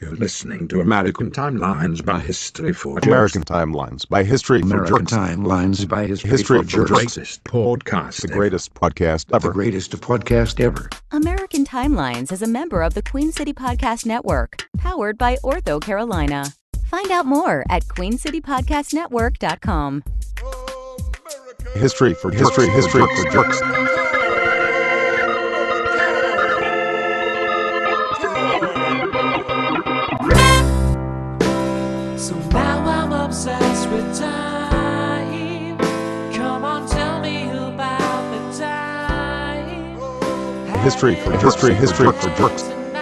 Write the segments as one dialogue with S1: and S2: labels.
S1: You're listening to American Timelines by History for Jerks.
S2: American Timelines by History for
S1: American
S2: Jerks.
S1: Timelines by History,
S2: History
S1: for
S2: for
S1: Jerks.
S2: Jerks.
S1: Greatest podcast
S2: The
S1: ever. The
S2: greatest podcast ever.
S1: greatest podcast ever.
S3: American Timelines is a member of the Queen City Podcast Network, powered by Ortho Carolina. Find out more at queencitypodcastnetwork.com.
S2: History for History, History for Jerks.
S4: So now I'm obsessed with time. Come on, tell me about the time.
S2: History for History, History for Jerks.
S4: Tonight.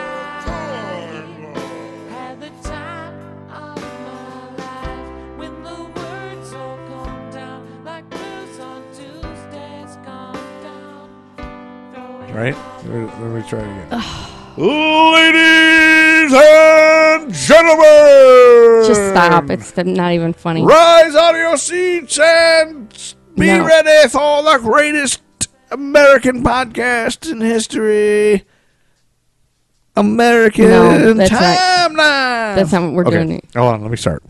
S4: Had the time of my life when the words all come down like blues on Tuesdays come down. Throw it
S5: Right? Let me try it again.
S6: Ladies and gentlemen,
S7: Just stop. It's not even funny.
S6: Rise out of your seats and be
S7: No.
S6: ready for the greatest American podcast in history. American
S7: No, that's not-
S6: Timeline.
S7: That's not what we're doing.
S5: Okay.
S7: It.
S5: Hold on. Let me start.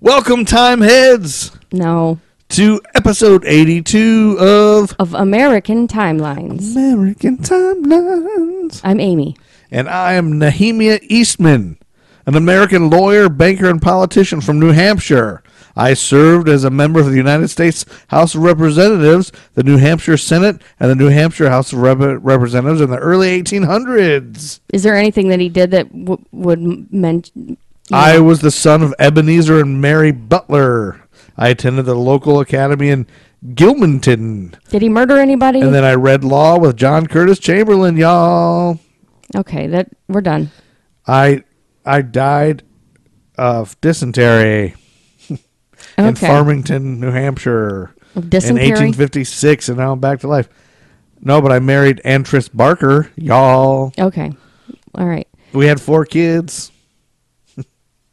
S6: Welcome, time heads,
S7: No.
S6: to episode 82 of
S7: Of American timelines.
S6: American Timelines.
S7: I'm Amy.
S6: and I am Nehemia Eastman, an American lawyer, banker, and politician from New Hampshire. I served as a member of the United States House of Representatives, the New Hampshire Senate, and the New Hampshire House of Rep- Representatives in the early 1800s.
S7: Is there anything that he did that w- would mention?
S6: I was the son of Ebenezer and Mary Butler. I attended the local academy in Gilmanton,
S7: Did he murder anybody?
S6: and then I read law with John Curtis Chamberlain, y'all.
S7: okay, that we're done.
S6: I I died of dysentery. in
S7: Okay.
S6: Farmington, New Hampshire
S7: Of
S6: in
S7: dysentery?
S6: 1856, and now I'm back to life. No, but I married Antris Barker, y'all.
S7: okay. All right.
S6: We had four kids.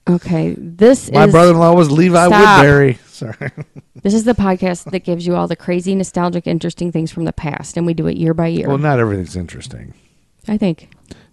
S7: Okay. This
S6: My
S7: is
S6: brother-in-law was Levi
S7: Stop.
S6: Woodbury. Sorry,
S7: this is the podcast that gives you all the crazy, nostalgic, interesting things from the past, and we do it year by year.
S6: well, not everything's interesting.
S7: I think.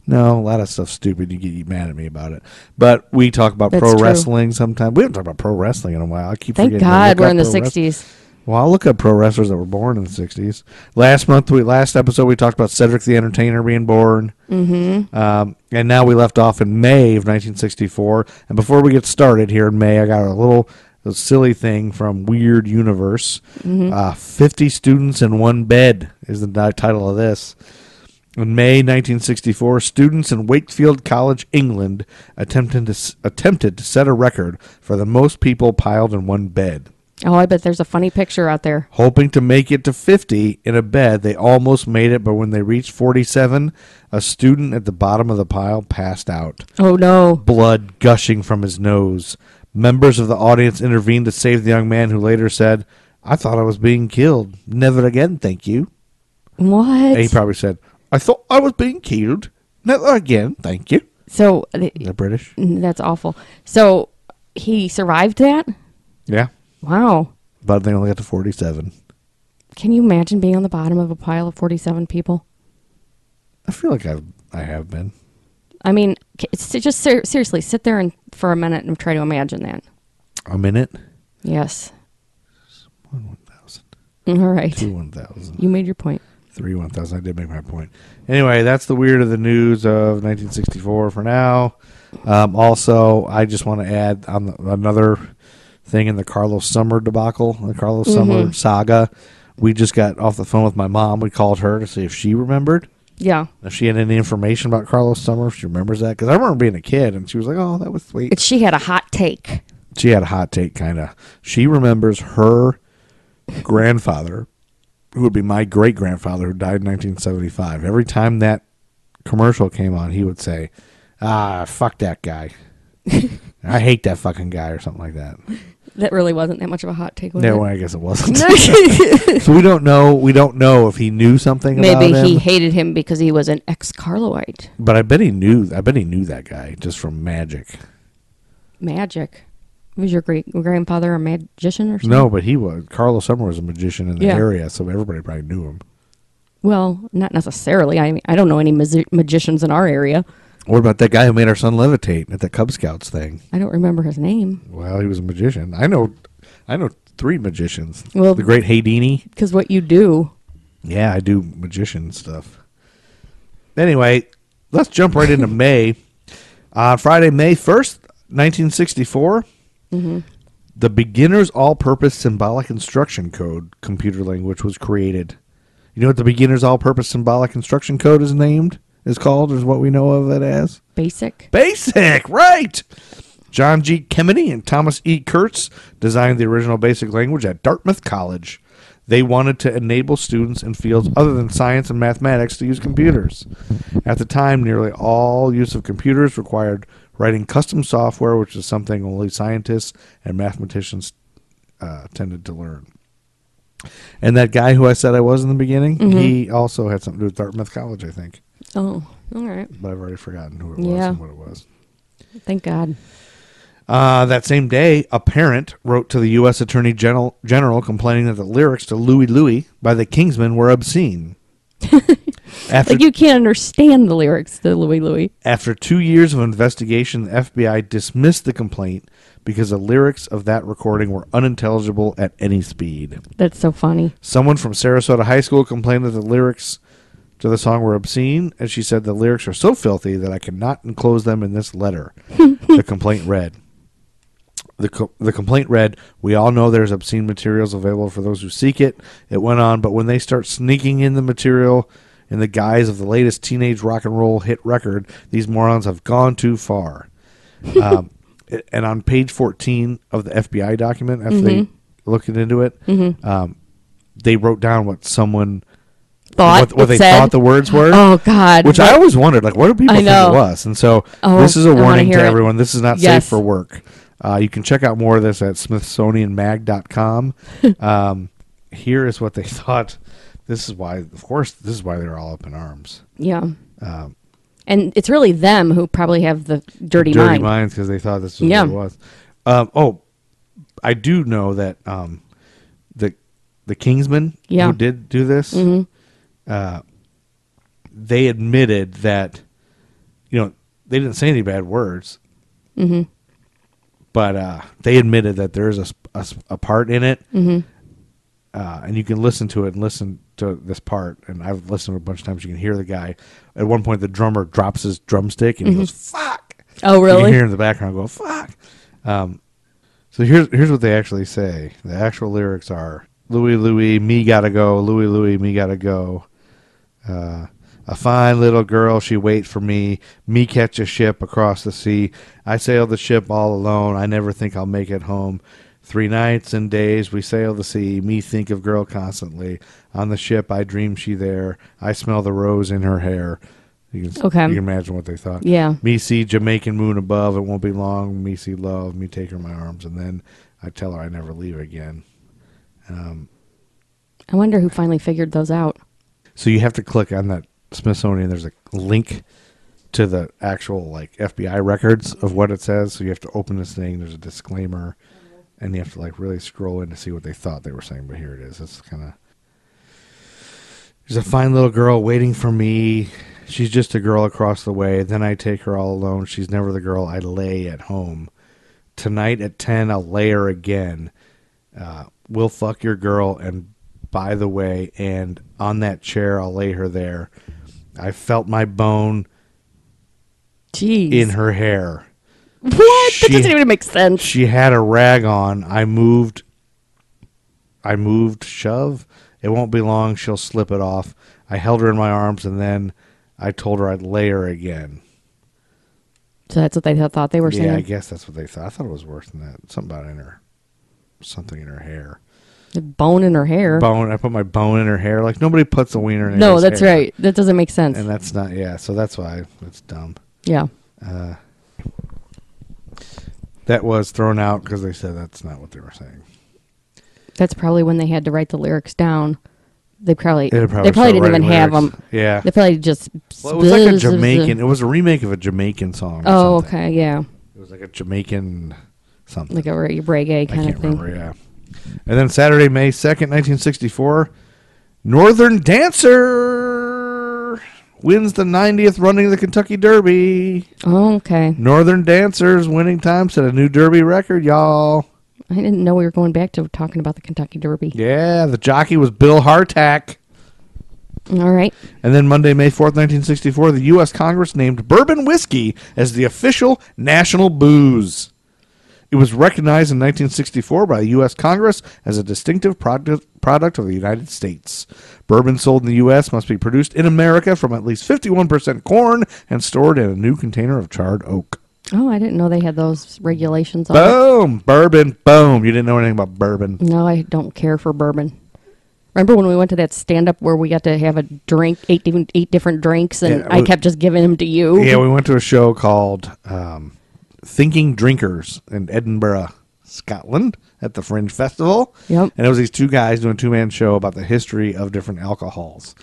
S6: No, a lot of stuff's stupid. You get mad at me about it, but we talk about
S7: That's
S6: pro
S7: true.
S6: wrestling sometimes. We haven't talked about pro wrestling in a while. I keep
S7: Thank
S6: forgetting to
S7: God
S6: look
S7: we're
S6: up
S7: in the
S6: pro wrestling.
S7: '60s.
S6: Well, I'll look up pro wrestlers that were born in the '60s. Last month, we last episode we talked about Cedric the Entertainer being born, mm-hmm. um, and now we left off in May of 1964. And before we get started here in May, I got a little silly thing from Weird Universe. Uh, Fifty students in one bed is the di- title of this. In May 1964, students in Wakefield College, England, attempted to, attempted to set a record for the most people piled in one bed.
S7: Oh, I bet there's a funny picture out there.
S6: Hoping to make it to 50 in a bed, they almost made it, but when they reached 47, a student at the bottom of the pile passed out,
S7: Oh no.
S6: blood gushing from his nose. Members of the audience intervened to save the young man, who later said, I thought I was being killed. Never again, thank you.
S7: What?
S6: And he probably said, I thought I was being killed. Never again, thank you.
S7: so th-
S6: The British?
S7: that's awful. So he survived that.
S6: Yeah.
S7: Wow.
S6: But they only got to 47.
S7: Can you imagine being on the bottom of a pile of 47 people?
S6: I feel like I've, I have been.
S7: I mean, c- s- just ser- seriously, sit there and for a minute and try to imagine that.
S6: I'm in it.
S7: Yes.
S6: One 1,000,
S7: All right.
S6: two 1,000.
S7: You made your point.
S6: three one thousand. I did make my point. Anyway, that's the weird of the news of 1964 for now. Um, also, I just want to add on the, another thing in the Carlos Summer debacle, the Carlos Summer saga. We just got off the phone with my mom. We called her to see if she remembered
S7: Yeah.
S6: if she had any information about Carlos Summer. If she remembers that, because I remember being a kid and she was like, "Oh, that was sweet."
S7: She had a hot take.
S6: she had a hot take kind of she remembers her grandfather who would be my great grandfather who died in 1975 every time that commercial came on he would say ah fuck that guy i hate that fucking guy or something like that
S7: That really wasn't that much of a hot take. Was
S6: no
S7: it?
S6: i guess it wasn't so we don't know we don't know if he knew something
S7: Maybe
S6: about
S7: he
S6: him,
S7: hated him because he was an ex Carloite.
S6: but i bet he knew i bet he knew that guy just from magic
S7: Magic. Was your great grandfather a magician or something?
S6: no but he was carlos summer was a magician in the
S7: Hmm. Yeah.
S6: area so everybody probably knew him
S7: Well, not necessarily. I mean, I don't know any magi- magicians in our area.
S6: What about that guy who made our son levitate at that Cub Scouts thing?
S7: I don't remember his name
S6: Well, he was a magician. I know, I know three magicians.
S7: Well-
S6: the great Haydini.
S7: because what you do.
S6: Yeah, I do magician stuff. Anyway, let's jump right into May. Uh, Friday, May first, nineteen the Beginner's All-Purpose Symbolic Instruction Code computer language was created. You know what the Beginner's All-Purpose Symbolic Instruction Code is named? Is called? Is what we know of it as?
S7: Basic.
S6: Basic, right? John G. Kemeny and Thomas E. Kurtz designed the original basic language at Dartmouth College. They wanted to enable students in fields other than science and mathematics to use computers. At the time, nearly all use of computers required writing custom software, which is something only scientists and mathematicians uh, tended to learn. And that guy who I said I was in the beginning, he also had something to do with Dartmouth College, I think.
S7: Oh, all right.
S6: But I've already forgotten who it was
S7: Yeah.
S6: and what it was.
S7: Thank God.
S6: Uh, that same day, a parent wrote to the U.S. Attorney General, General complaining that the lyrics to Louie Louie by the Kingsmen were obscene. after,
S7: Like you can't understand the lyrics to Louie Louie.
S6: after two years of investigation, the FBI dismissed the complaint because the lyrics of that recording were unintelligible at any speed.
S7: That's so funny.
S6: Someone from Sarasota High School complained that the lyrics to the song were obscene, and she said the lyrics are so filthy that I cannot enclose them in this letter. the complaint read. The, co- the complaint read, We all know there's obscene materials available for those who seek it. It went on, but when they start sneaking in the material in the guise of the latest teenage rock and roll hit record, these morons have gone too far. um, it- and on page 14 of the FBI document, after they looked into it, um, they wrote down what someone
S7: Thought
S6: what, what they
S7: Oh, said-
S6: thought the words were.
S7: Oh God.
S6: Which I always wondered, like, what do people
S7: I
S6: think
S7: know.
S6: it was? And so
S7: Oh,
S6: this is
S7: I
S6: a
S7: wanna
S6: warning to
S7: hear it.
S6: everyone. This is not
S7: Yes.
S6: safe for work. Uh, you can check out more of this at smithsonianmag.com. um, here is what they thought. This is why, of course, this is why they're all up in arms.
S7: Yeah.
S6: Um,
S7: and it's really them who probably have the dirty,
S6: Dirty
S7: mind.
S6: minds because they thought this was
S7: Yeah.
S6: what it was. Um, oh, I do know that um, the the Kingsmen
S7: Yeah. Mm-hmm.
S6: who did do this, uh, they admitted that you know they didn't say any bad words, but uh, they admitted that there is a, sp- a, s- a part in it,
S7: Mm-hmm.
S6: uh, and you can listen to it and listen to this part. And I've listened to it a bunch of times. You can hear the guy at one point. The drummer drops his drumstick and he goes "fuck."
S7: Mm-hmm. Oh
S6: You
S7: really?
S6: can hear in the background go "fuck." Um, so here's here's what they actually say. The actual lyrics are "Louie Louie, me gotta go. Louie Louie, me gotta go." Uh, a fine little girl, she waits for me. Me catch a ship across the sea. I sail the ship all alone. I never think I'll make it home. Three nights and days we sail the sea. Me think of girl constantly. On the ship, I dream she there. I smell the rose in her hair. You can,
S7: Okay.
S6: you can imagine what they thought.
S7: Yeah.
S6: Me see Jamaican moon above. It won't be long. Me see love. Me take her in my arms, and then I tell her I never leave again.
S7: I wonder who finally figured those out.
S6: So you have to click on that Smithsonian. There's a link to the actual like FBI records of what it says. So you have to open this thing. There's a disclaimer, and you have to like really scroll in to see what they thought they were saying. But here it is. It's kind of there's a fine little girl waiting for me. She's just a girl across the way. Then I take her all alone. She's never the girl I lay at home. Tonight at ten, I'll lay her again we'll fuck your girl and by the way and on that chair i'll lay her there i felt my bone
S7: Jeez.
S6: in her hair
S7: What?
S6: She-
S7: that doesn't even make sense.
S6: she had a rag on i moved i moved shove it won't be long she'll slip it off i held her in my arms and then i told her i'd lay her again
S7: So that's what they th- thought they were
S6: yeah i
S7: saying.
S6: guess that's what they thought i thought it was worse than that something about in her something in her hair
S7: The bone in her hair.
S6: bone i put my bone in her hair like nobody puts a wiener in
S7: no,
S6: his
S7: that's
S6: hair.
S7: right. That doesn't make sense.
S6: and that's not yeah so that's why it's dumb
S7: yeah.
S6: that was thrown out because they said that's not what they were saying
S7: That's probably when they had to write the lyrics down. They probably,
S6: They probably
S7: they
S6: started
S7: probably didn't even
S6: writing
S7: have
S6: lyrics.
S7: them.
S6: Yeah.
S7: They probably just.
S6: well it was like a jamaican it was a remake of a jamaican song or
S7: Oh,
S6: something.
S7: okay, yeah,
S6: it was like a jamaican something
S7: like a re- reggae
S6: i
S7: kind
S6: can't
S7: of thing.
S6: remember yeah and then saturday may 2nd 1964 northern dancer wins the 90th running of the Kentucky Derby.
S7: Oh, okay.
S6: Northern Dancers winning time set a new Derby record, y'all.
S7: I didn't know we were going back to talking about the Kentucky Derby.
S6: Yeah, the jockey was Bill Hartack.
S7: All right.
S6: And then Monday, May 4th, 1964, the U.S. Congress named bourbon whiskey as the official national booze. It was recognized in 1964 by the U.S. Congress as a distinctive product, product of the United States. Bourbon sold in the U.S. must be produced in America from at least 51% corn and stored in a new container of charred oak.
S7: Oh, I didn't know they had those regulations on it.
S6: Boom! Bourbon, boom. You didn't know anything about bourbon.
S7: No, I don't care for bourbon. Remember when we went to that stand up where we got to have a drink, eight different, eight different drinks, and
S6: Yeah,
S7: I
S6: we-
S7: kept just giving them to you?
S6: Yeah, we went to a show called um, Thinking Drinkers in Edinburgh, Scotland, at the Fringe Festival.
S7: Yep.
S6: And it was these two guys doing a two man show about the history of different alcohols.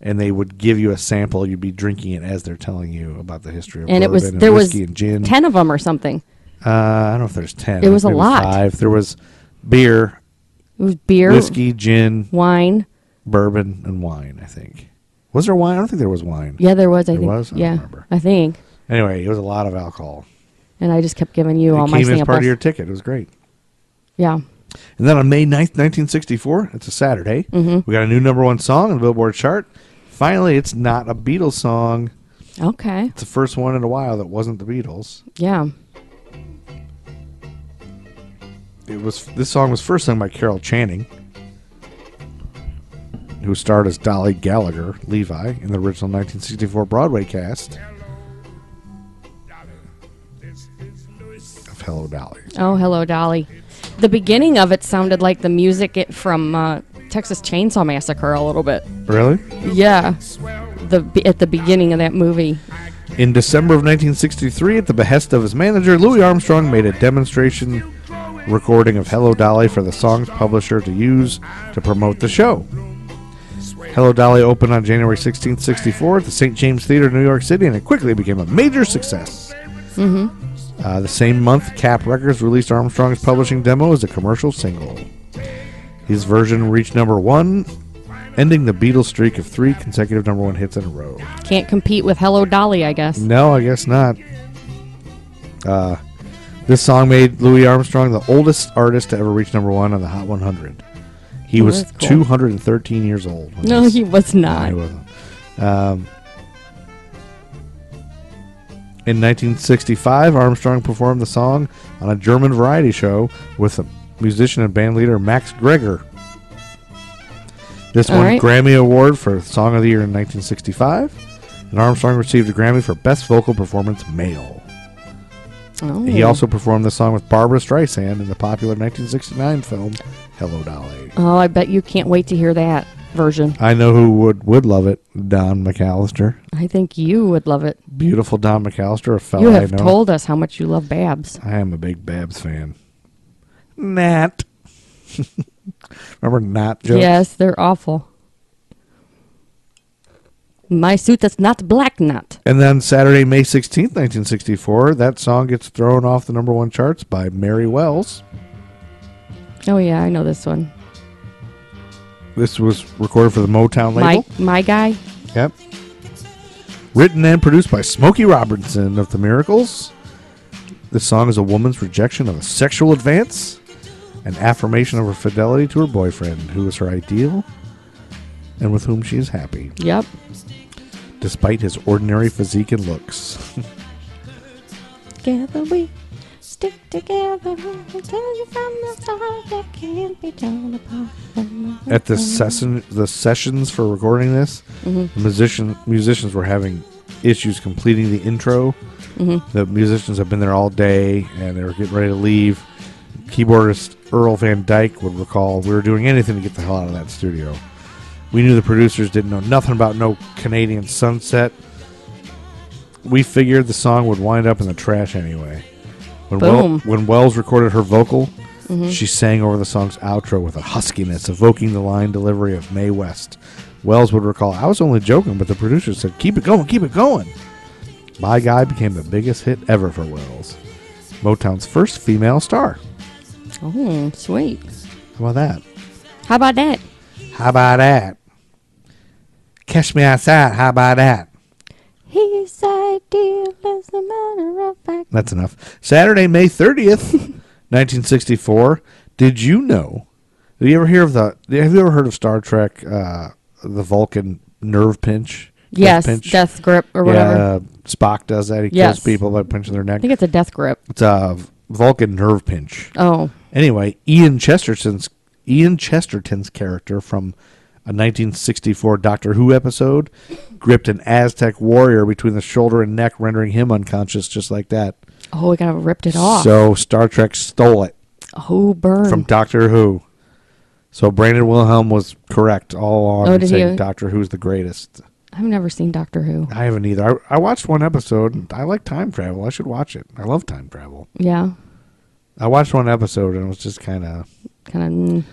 S6: And they would give you a sample. You'd be drinking it as they're telling you about the history of
S7: and it
S6: bourbon
S7: was
S6: and
S7: there was
S6: whiskey and gin.
S7: 10 of them or something.
S6: Uh, I don't know if there's ten.
S7: It was a
S6: Maybe
S7: lot.
S6: Five. There was beer,
S7: It was beer,
S6: whiskey, gin,
S7: wine.
S6: bourbon, and wine. I think. Was there wine? I don't think there was wine.
S7: Yeah, there was, I
S6: There
S7: think.
S6: was? I don't
S7: yeah,
S6: remember.
S7: I think.
S6: Anyway, it was a lot of alcohol.
S7: And I just kept giving you all
S6: it
S7: my
S6: came
S7: samples.
S6: as part of your ticket. It was great.
S7: yeah.
S6: And then on May 9th, 1964, it's a Saturday, we got a new number one song on the Billboard chart. Finally, it's not a Beatles song.
S7: Okay.
S6: It's the first one in a while that wasn't the Beatles.
S7: Yeah.
S6: It was this song was first sung by Carol Channing, who starred as Dolly Gallagher, Levi, in the original 1964 Broadway cast of Hello Dolly.
S7: Oh, hello, Dolly. The beginning of it sounded like the music it from uh, Texas Chainsaw Massacre a little bit.
S6: Really?
S7: Yeah. The be- at the beginning of that movie.
S6: In December of 1963, at the behest of his manager, Louis Armstrong made a demonstration recording of Hello Dolly for the song's publisher to use to promote the show. Hello Dolly opened on January 16, 64 at the St. James Theater in New York City, and it quickly became a major success. Uh, the same month, Cap Records released Armstrong's publishing demo as a commercial single. His version reached number one, ending the Beatles' streak of three consecutive number one hits in a row.
S7: Can't compete with Hello Dolly, I guess.
S6: No, I guess not. Uh, this song made Louis Armstrong the oldest artist to ever reach number one on the Hot 100. He
S7: Oh,
S6: was
S7: that's cool.
S6: 213 years old. when
S7: No,
S6: this-
S7: he was
S6: no,
S7: not.
S6: he wasn't. Um, in 1965, Armstrong performed the song on a German variety show with a musician and band leader Max Greger. This
S7: All
S6: won
S7: right.
S6: Grammy Award for Song of the Year in 1965, and Armstrong received a Grammy for Best Vocal Performance Male.
S7: Oh.
S6: He also performed the song with Barbara Streisand in the popular 1969 film Hello Dolly.
S7: Oh, I bet you can't wait to hear that version.
S6: I know who would would love it, Don McAllister.
S7: I think you would love it.
S6: beautiful Don McAllister, a fellow
S7: You
S6: I
S7: have
S6: know.
S7: told us how much you love Babs.
S6: I am a big Babs fan. Nat. Remember Nat jokes?
S7: Yes, they're awful. My suit that's not black nut.
S6: And then Saturday, May 16th, 1964, that song gets thrown off the number one charts by Mary Wells.
S7: Oh yeah, I know this one.
S6: This was recorded for the Motown label.
S7: My my guy.
S6: Yep. Written and produced by Smokey Robinson of The Miracles. This song is a woman's rejection of a sexual advance, an affirmation of her fidelity to her boyfriend, who is her ideal and with whom she is happy,
S7: Yep.
S6: despite his ordinary physique and looks.
S7: Together we stick together. I'll tell you from the start that can't be torn apart.
S6: At the session, the sessions for recording this,
S7: Mm-hmm.
S6: the musician musicians were having issues completing the intro.
S7: Mm-hmm.
S6: The musicians have been there all day and they were getting ready to leave. Keyboardist Earl Van Dyke would recall, "We were doing anything to get the hell out of that studio. We knew the producers didn't know nothing about no Canadian sunset. We figured the song would wind up in the trash anyway." When, Wel-
S7: Boom.
S6: when Wells recorded her vocal, she sang over the song's outro with a huskiness evoking the line delivery of Mae West. Wells would recall, I was only joking, but the producers said, keep it going, keep it going. My Guy became the biggest hit ever for Wells, Motown's first female star.
S7: Oh, sweet.
S6: How about that?
S7: How about that?
S6: How about that? Catch me outside. How about that?
S7: He's ideal as a matter of fact.
S6: That's enough. Saturday, May 30th, 1964. Did you know? Did you ever hear of the? Have you ever heard of Star Trek, uh, the Vulcan nerve pinch? Death
S7: Yes,
S6: pinch?
S7: death grip or whatever.
S6: Yeah, Spock does that. He
S7: Yes.
S6: kills people by punching their
S7: I
S6: neck.
S7: think it's a death grip.
S6: It's a Vulcan nerve pinch.
S7: Oh,
S6: Anyway, Ian Chesterton's Ian Chesterton's character from a 1964 Doctor Who episode gripped an Aztec warrior between the shoulder and neck, rendering him unconscious just like that.
S7: oh, we gotta ripped it off.
S6: So Star Trek stole it
S7: oh, burn.
S6: from Doctor Who. So Brandon Wilhelm was correct all along
S7: Oh,
S6: in
S7: did
S6: saying
S7: he?
S6: Doctor Who's the greatest.
S7: I've never seen Doctor Who.
S6: I haven't either. I, I watched one episode. and I like time travel. I should watch it. I love time travel.
S7: Yeah,
S6: I watched one episode and it was just kind of
S7: kind of.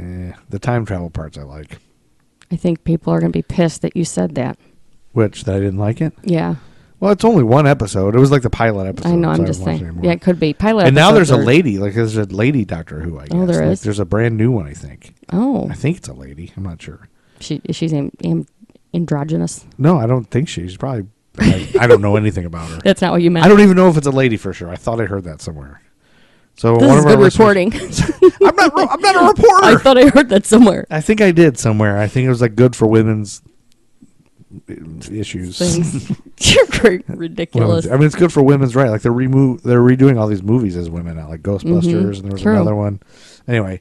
S6: eh, the time travel parts I like,
S7: I think people are gonna be pissed that you said that.
S6: which that I didn't like it.
S7: Yeah,
S6: Well, it's only one episode. It was like the pilot episode.
S7: I know.
S6: so
S7: I'm
S6: haven't
S7: just
S6: watched
S7: saying.
S6: anymore.
S7: Yeah, it could be pilot.
S6: and now there's
S7: episodes
S6: a
S7: are-
S6: lady. Like there's a lady Doctor Who. I guess.
S7: Oh, there
S6: Like,
S7: is?
S6: There's a brand new one. I think.
S7: Oh,
S6: I think it's a lady. I'm not sure.
S7: she she's am, am, androgynous.
S6: No, I don't think she's probably. I, I don't know anything about her.
S7: That's not what you meant.
S6: I don't even know if it's a lady for sure. I thought I heard that somewhere. So
S7: This
S6: one
S7: is
S6: of our
S7: good
S6: listeners-
S7: reporting.
S6: I'm not. I'm not a reporter.
S7: I thought I heard that somewhere.
S6: I think I did somewhere. I think it was like good for women's issues.
S7: Things. You're very ridiculous.
S6: Women's- I mean, it's good for women's right. Like they're remo- they're redoing all these movies as women now, like Ghostbusters, and there was
S7: Mm-hmm. True.
S6: another one. Anyway,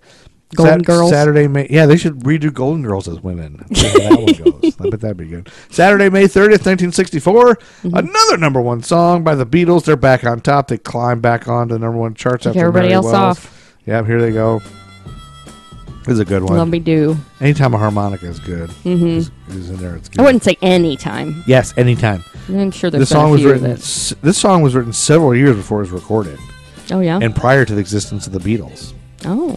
S7: Golden Girls.
S6: Saturday, May. Yeah, they should redo Golden Girls as women. See how that one goes. I bet that'd be good. Saturday, May thirtieth, nineteen
S7: Mm-hmm.
S6: Another number one song by the Beatles. They're back on top. They climb back onto the number one charts
S7: Take
S6: after
S7: everybody
S6: Mary
S7: else
S6: Wells.
S7: off.
S6: Yep, here they go. This is a good one.
S7: Let me do.
S6: Anytime a harmonica is good, mm-hmm. is in there. It's good.
S7: I wouldn't say any time.
S6: Yes, anytime.
S7: I'm sure there's
S6: This
S7: been
S6: song
S7: a
S6: was
S7: few
S6: written.
S7: that.
S6: s- This song was written several years before it was recorded,
S7: Oh yeah.
S6: and prior to the existence of the Beatles.
S7: oh,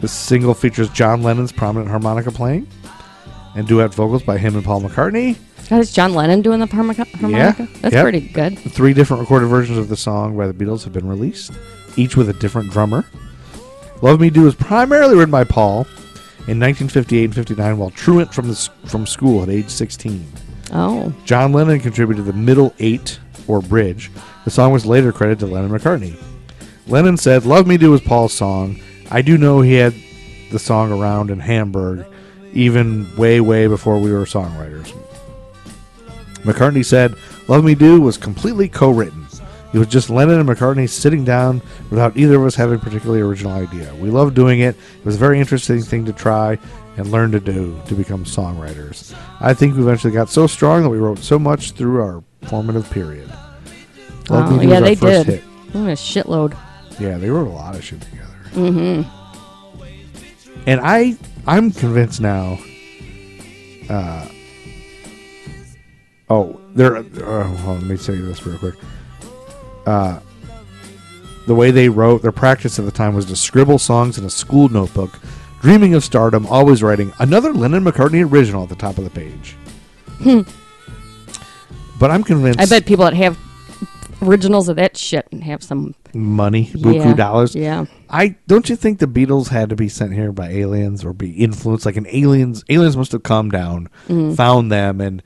S6: This single features John Lennon's prominent harmonica playing, and duet vocals by him and Paul McCartney.
S7: God, is John Lennon doing the harmonica? harmonica? That's
S6: Yep.
S7: pretty good.
S6: Three different recorded versions of the song by the Beatles have been released, each with a different drummer. Love Me Do was primarily written by Paul in 1958 and 59 while truant from the, s- from school at age 16.
S7: Oh,
S6: John Lennon contributed the middle eight or bridge. The song was later credited to Lennon McCartney. Lennon said, Love Me Do was Paul's song. I do know he had the song around in Hamburg, even way, way before we were songwriters. McCartney said, Love Me Do was completely co written. It was just Lennon and McCartney sitting down without either of us having a particularly original idea. We loved doing it. It was a very interesting thing to try and learn to do to become songwriters. I think we eventually got so strong that we wrote so much through our formative period. Love
S7: Wow.
S6: Me Do was
S7: yeah,
S6: our
S7: they
S6: first
S7: did.
S6: hit.
S7: What a shitload.
S6: Yeah, they wrote a lot of shit together. Mm-hmm. And I, I'm convinced now. Uh, oh, there. Uh, well, let me say this real quick. Uh, the way they wrote, their practice at the time was to scribble songs in a school notebook, dreaming of stardom, always writing another Lennon McCartney original at the top of the page. But I'm convinced.
S7: Hmm. I bet people that have originals of that shit and have some
S6: money, buku
S7: yeah,
S6: dollars.
S7: Yeah.
S6: I don't you think the Beatles had to be sent here by aliens or be influenced like an aliens aliens must have come down, found them and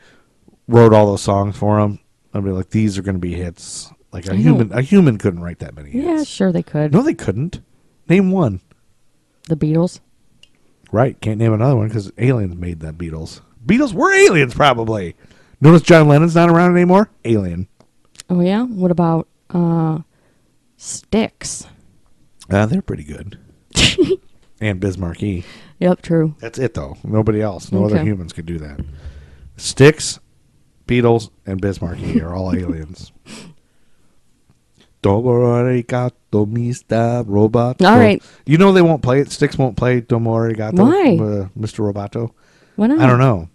S6: wrote all those songs for them. I'd be like these are going to be hits. Like a human a human couldn't write that many hits.
S7: Yeah, sure they could.
S6: No they couldn't. Name one.
S7: The Beatles.
S6: Right, can't name another one cuz aliens made the Beatles. Beatles were aliens probably. Notice John Lennon's not around anymore? Alien.
S7: Oh yeah. What about uh Sticks?
S6: Uh, they're pretty good. and Bismarcky.
S7: Yep, true.
S6: That's it, though. Nobody else. No other
S7: Okay.
S6: humans could do that. Sticks, beetles, and Bismarcky are all aliens. Domore gato mista roboto.
S7: All right.
S6: You know they won't play it. Sticks won't play Domore gato.
S7: Why?
S6: Uh, Mr. Roboto.
S7: Why not?
S6: I don't know.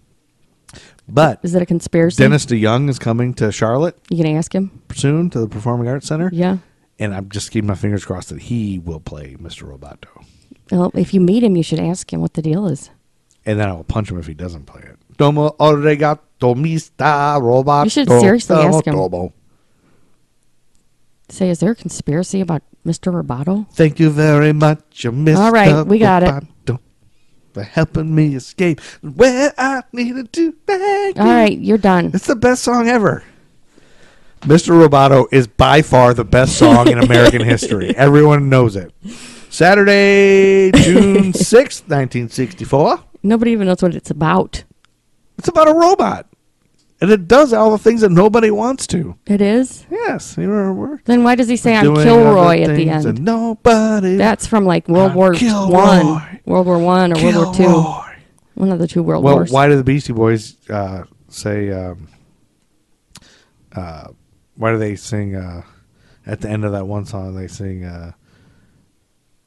S6: But
S7: Is it a conspiracy?
S6: Dennis DeYoung is coming to Charlotte
S7: You can ask him.
S6: soon to the Performing Arts Center.
S7: Yeah.
S6: And I'm just keeping my fingers crossed that he will play Mr. Roboto.
S7: Well, if you meet him, you should ask him what the deal is.
S6: and then I will punch him if he doesn't play it. Domo oregato mista robot.
S7: You should seriously ask him. Say, is there a conspiracy about Mr. Roboto?
S6: Thank you very much, Mr.
S7: All right, we got it.
S6: Roboto. for helping me escape where I needed to thank
S7: All
S6: you.
S7: right, you're done.
S6: It's the best song ever. Mr. Roboto is by far the best song in American history. Everyone knows it. Saturday, June 6th, 1964.
S7: Nobody even knows what it's about.
S6: It's about a robot. And it does all the things that nobody wants to.
S7: It is.
S6: Yes. You were, we're
S7: Then why does he say I'm
S6: doing other
S7: Kilroy at the
S6: things
S7: end?
S6: that nobody.
S7: That's from like World
S6: I'm
S7: War
S6: Kilroy.
S7: One, World War One, or World War Two.
S6: Kilroy.
S7: One of the two World
S6: Well,
S7: Wars.
S6: why do the Beastie Boys uh, say? Um, uh, why do they sing uh, at the end of that one song? They sing uh,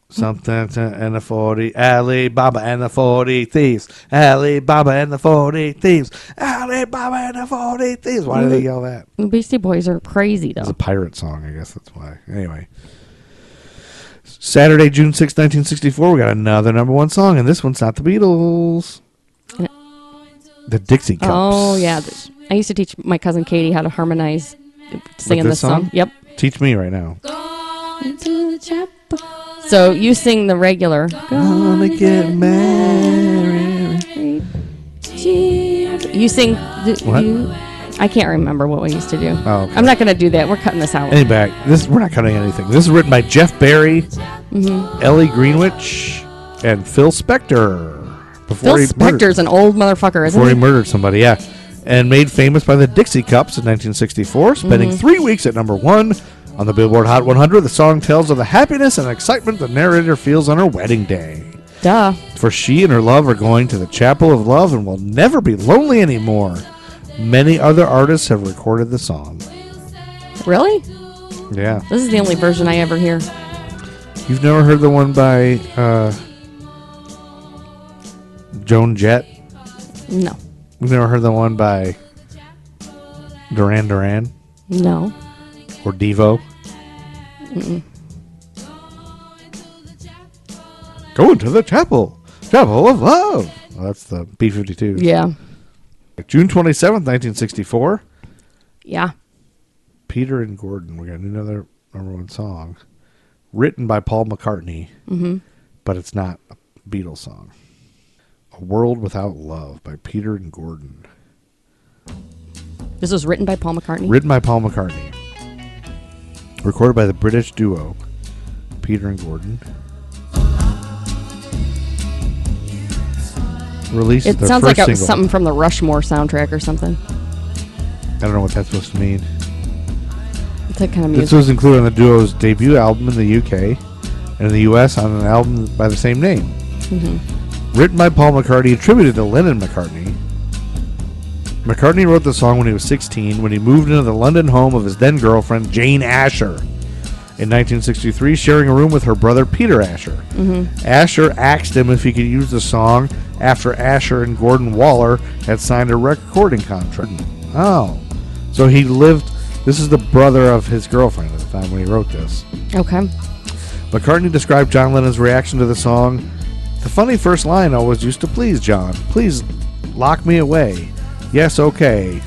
S6: something to, and the forty Ali Baba and the forty thieves, Ali Baba and the forty thieves, Ali Baba and the forty thieves. Why do they yell that?
S7: The Beastie Boys are crazy
S6: It's a
S7: though.
S6: pirate song, I guess that's why. Anyway. Saturday, June sixth, 1964, we got another number one song, and this one's not the Beatles. The Dixie Cups.
S7: Oh yeah, Th- I used to teach my cousin Katie how to harmonize singing
S6: this
S7: this song.
S6: song?
S7: Yep.
S6: Teach me right now.
S7: So you sing the regular.
S6: Gonna get married.
S7: You sing. th-
S6: What?
S7: you- I can't remember what we used to do.
S6: Oh, okay.
S7: I'm not gonna do that. We're cutting this out.
S6: Anyway, this we're not cutting anything. This is written by Jeff Barry, Ellie Greenwich, and Phil Spector.
S7: Phil
S6: Before he murdered-
S7: Spector's an old motherfucker, isn't
S6: before he
S7: he?
S6: murdered somebody, yeah. And made famous by the Dixie Cups in 1964, spending three weeks at number one on the Billboard Hot 100. The song tells of the happiness and excitement the narrator feels on her wedding day.
S7: Duh.
S6: For she and her love are going to the Chapel of Love and will never be lonely anymore. Many other artists have recorded the song.
S7: Really?
S6: Yeah.
S7: This is the only version I ever hear.
S6: You've never heard the one by uh, Joan Jett?
S7: No.
S6: We've never heard the one by Duran Duran
S7: No.
S6: or Devo? Going to the chapel. Chapel of Love. Well, that's the B 52.
S7: Yeah.
S6: June 27th, 1964.
S7: Yeah.
S6: Peter and Gordon. We got another number one song written by Paul McCartney, but it's not a Beatles song. A World Without Love by Peter and Gordon.
S7: This was written by Paul McCartney.
S6: Written by Paul McCartney. Recorded by the British duo Peter and Gordon. Released
S7: it
S6: their
S7: sounds like
S6: first
S7: it was
S6: single.
S7: something from the Rushmore soundtrack or something.
S6: I don't know what that's supposed to mean.
S7: It's that kind of
S6: This
S7: music.
S6: was included on the duo's debut album in the UK and in the US on an album by the same name. Written by Paul McCartney, attributed to Lennon McCartney. McCartney wrote the song when he was 16 when he moved into the London home of his then girlfriend, Jane Asher. In 1963, sharing a room with her brother Peter Asher. Asher asked him if he could use the song after Asher and Gordon Waller had signed a recording contract. Oh. So he lived. This is the brother of his girlfriend at the time when he wrote this.
S7: okay.
S6: McCartney described John Lennon's reaction to the song. The funny first line always used to please John. Please lock me away. Yes, okay.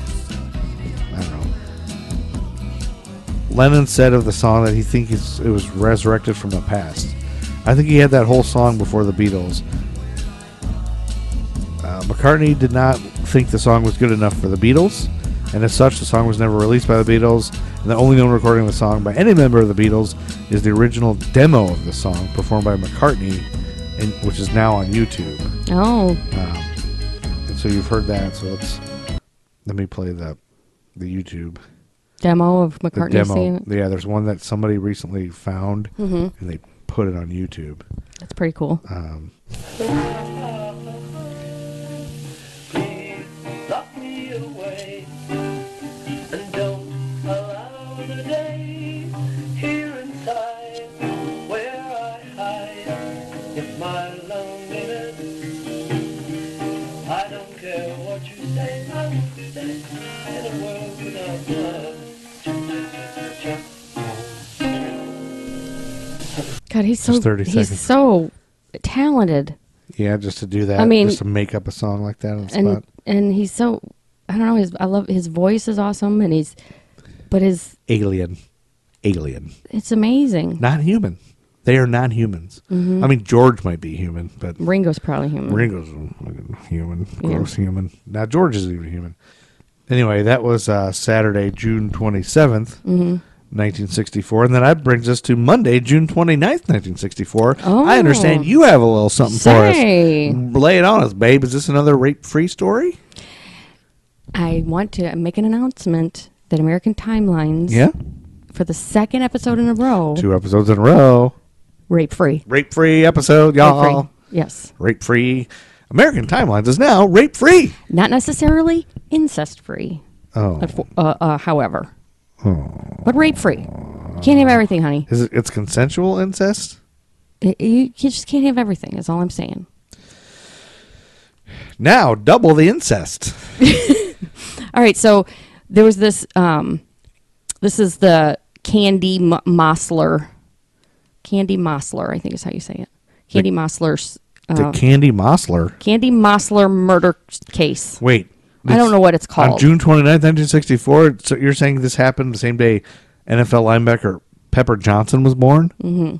S6: I don't know. Lennon said of the song that he thinks it was resurrected from the past. I think he had that whole song before the Beatles. Uh, McCartney did not think the song was good enough for the Beatles, and as such, the song was never released by the Beatles. And the only known recording of the song by any member of the Beatles is the original demo of the song performed by McCartney, and, which is now on YouTube.
S7: Oh.
S6: And so you've heard that. So let's let me play the the YouTube
S7: Demo of
S6: the
S7: McCartney
S6: demo.
S7: singing it.
S6: Yeah, there's one that somebody recently found,
S7: Mm-hmm.
S6: and they put it on YouTube.
S7: That's pretty cool.
S6: Uh,
S8: Lock me away and don't allow the day here inside where I hide in my loneliness. I don't care what you say, I won't stay in a world without love. Cha-cha-cha-cha-cha.
S7: God, he's so
S6: Just 30
S7: he's
S6: seconds.
S7: so talented,
S6: Yeah, just to do that.
S7: I mean-
S6: just to make up a song like that on the
S7: and
S6: spot.
S7: and he's so I don't know. His I love his voice is awesome, and he's but his
S6: Alien, alien,
S7: it's amazing.
S6: not human. They are non humans. I mean, George might be human, but
S7: Ringo's probably human.
S6: Ringo's a fucking human, gross human. Now George isn't even human. Anyway, that was uh, Saturday, June 27th, 1964. And then that brings us to Monday, June 29th, 1964. I understand
S7: Oh.
S6: you have a little something
S7: Say.
S6: for us. Lay it on us, babe. Is this another rape free story?
S7: I want to make an announcement that American Timelines,
S6: Yeah.
S7: for the second episode in a row,
S6: Two episodes in a row.
S7: rape free.
S6: Rape free episode, y'all.
S7: Yes.
S6: Rape free. American Timelines is now rape free.
S7: Not necessarily incest free,
S6: Oh.
S7: uh, uh, however, but rape free. Can't have everything, honey.
S6: Is it, it's consensual incest?
S7: Y- You you just can't have everything, is all I'm saying.
S6: Now, double the incest.
S7: All right, so there was this. Um, this is the Candy M- Mosler. Candy Mosler, I think is how you say it. Candy Mosler's
S6: The
S7: uh,
S6: Candy Mosler.
S7: Candy Mosler murder case.
S6: Wait.
S7: I don't know what it's called.
S6: On June 29th, 1964, so you're saying this happened the same day NFL linebacker Pepper Johnson was born?
S7: Mm-hmm.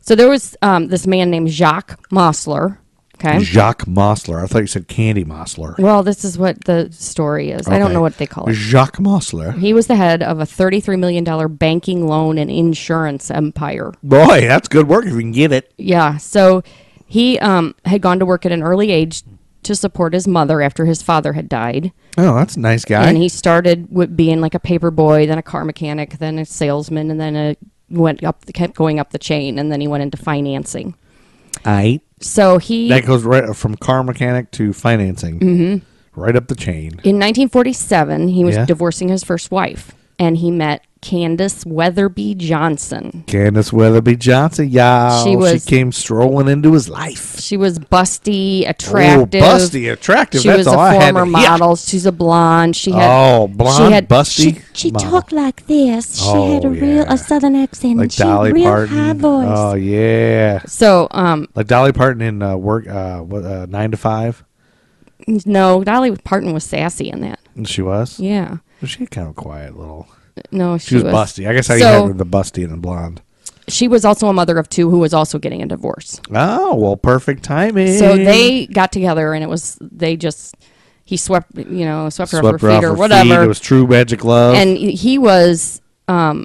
S7: So there was um, this man named Jacques Mosler. Okay.
S6: Jacques Mosler. I thought you said Candy Mosler.
S7: well, this is what the story is. I don't
S6: Okay.
S7: know what they call it.
S6: Jacques Mosler.
S7: He was the head of a $33 million banking loan and insurance empire.
S6: Boy, that's good work if you can get it.
S7: Yeah. So he um, had gone to work at an early age to support his mother after his father had died.
S6: Oh, that's a nice guy.
S7: and he started with being like a paper boy, then a car mechanic, then a salesman, and then a, went up, kept going up the chain, and then he went into financing.
S6: Aight.
S7: So he
S6: That goes right from car mechanic to financing. Mm-hmm. Right up the chain.
S7: In 1947, he was
S6: Yeah.
S7: divorcing his first wife, and he met Candace Weatherby Johnson.
S6: Candace Weatherby Johnson, y'all.
S7: She was-
S6: she came strolling into his life.
S7: She was busty, attractive.
S6: Oh, busty, attractive.
S7: She
S6: That's
S7: was
S6: all I
S7: a
S6: had
S7: former
S6: to-
S7: model. She's a blonde. She had
S6: Oh, blonde,
S7: she had,
S6: busty
S7: She, she
S6: model.
S7: talked like this. She had
S6: Oh,
S7: a real
S6: yeah.
S7: a southern accent.
S6: Like
S7: and she
S6: Dolly
S7: had a real
S6: Parton.
S7: high voice.
S6: Oh yeah,
S7: so, um,
S6: like Dolly Parton in uh, work. Uh, what, uh, nine to five.
S7: no, Dolly Parton was sassy in that.
S6: And she was.
S7: Yeah,
S6: She had kind of a quiet little.
S7: no, she,
S6: She was busty. I guess I
S7: so
S6: had the busty and the blonde.
S7: she was also a mother of two who was also getting a divorce.
S6: Oh well, perfect timing.
S7: So they got together, and it was they just he swept you know swept her
S6: swept
S7: off her feet
S6: off
S7: or
S6: her
S7: whatever,
S6: It was true magic love.
S7: and he was, um,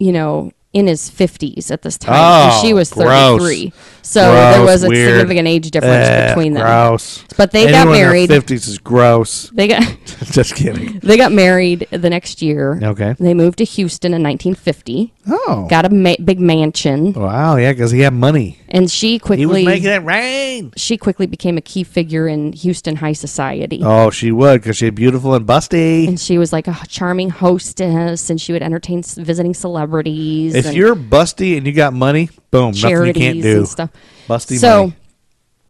S7: you know, in his fifties at this time,
S6: Oh,
S7: and she was
S6: gross.
S7: thirty three. So
S6: Gross,
S7: there was a
S6: weird.
S7: significant age difference
S6: Eh,
S7: between them.
S6: Gross.
S7: But they got married.
S6: Fifties is gross.
S7: They got
S6: Just kidding.
S7: they got married the next year.
S6: Okay.
S7: They moved to Houston in 1950.
S6: Oh
S7: Got a ma- big mansion,
S6: wow, yeah, because he had money.
S7: and she
S6: He was
S7: quickly
S6: making it rain.
S7: she quickly became a key figure in Houston high society.
S6: Oh, she would because she's beautiful and busty.
S7: and she was like a charming hostess and she would entertain s- visiting celebrities
S6: If
S7: and
S6: you're busty and you got money, boom, nothing you
S7: charities
S6: can't do.
S7: and stuff
S6: Busty
S7: so
S6: money.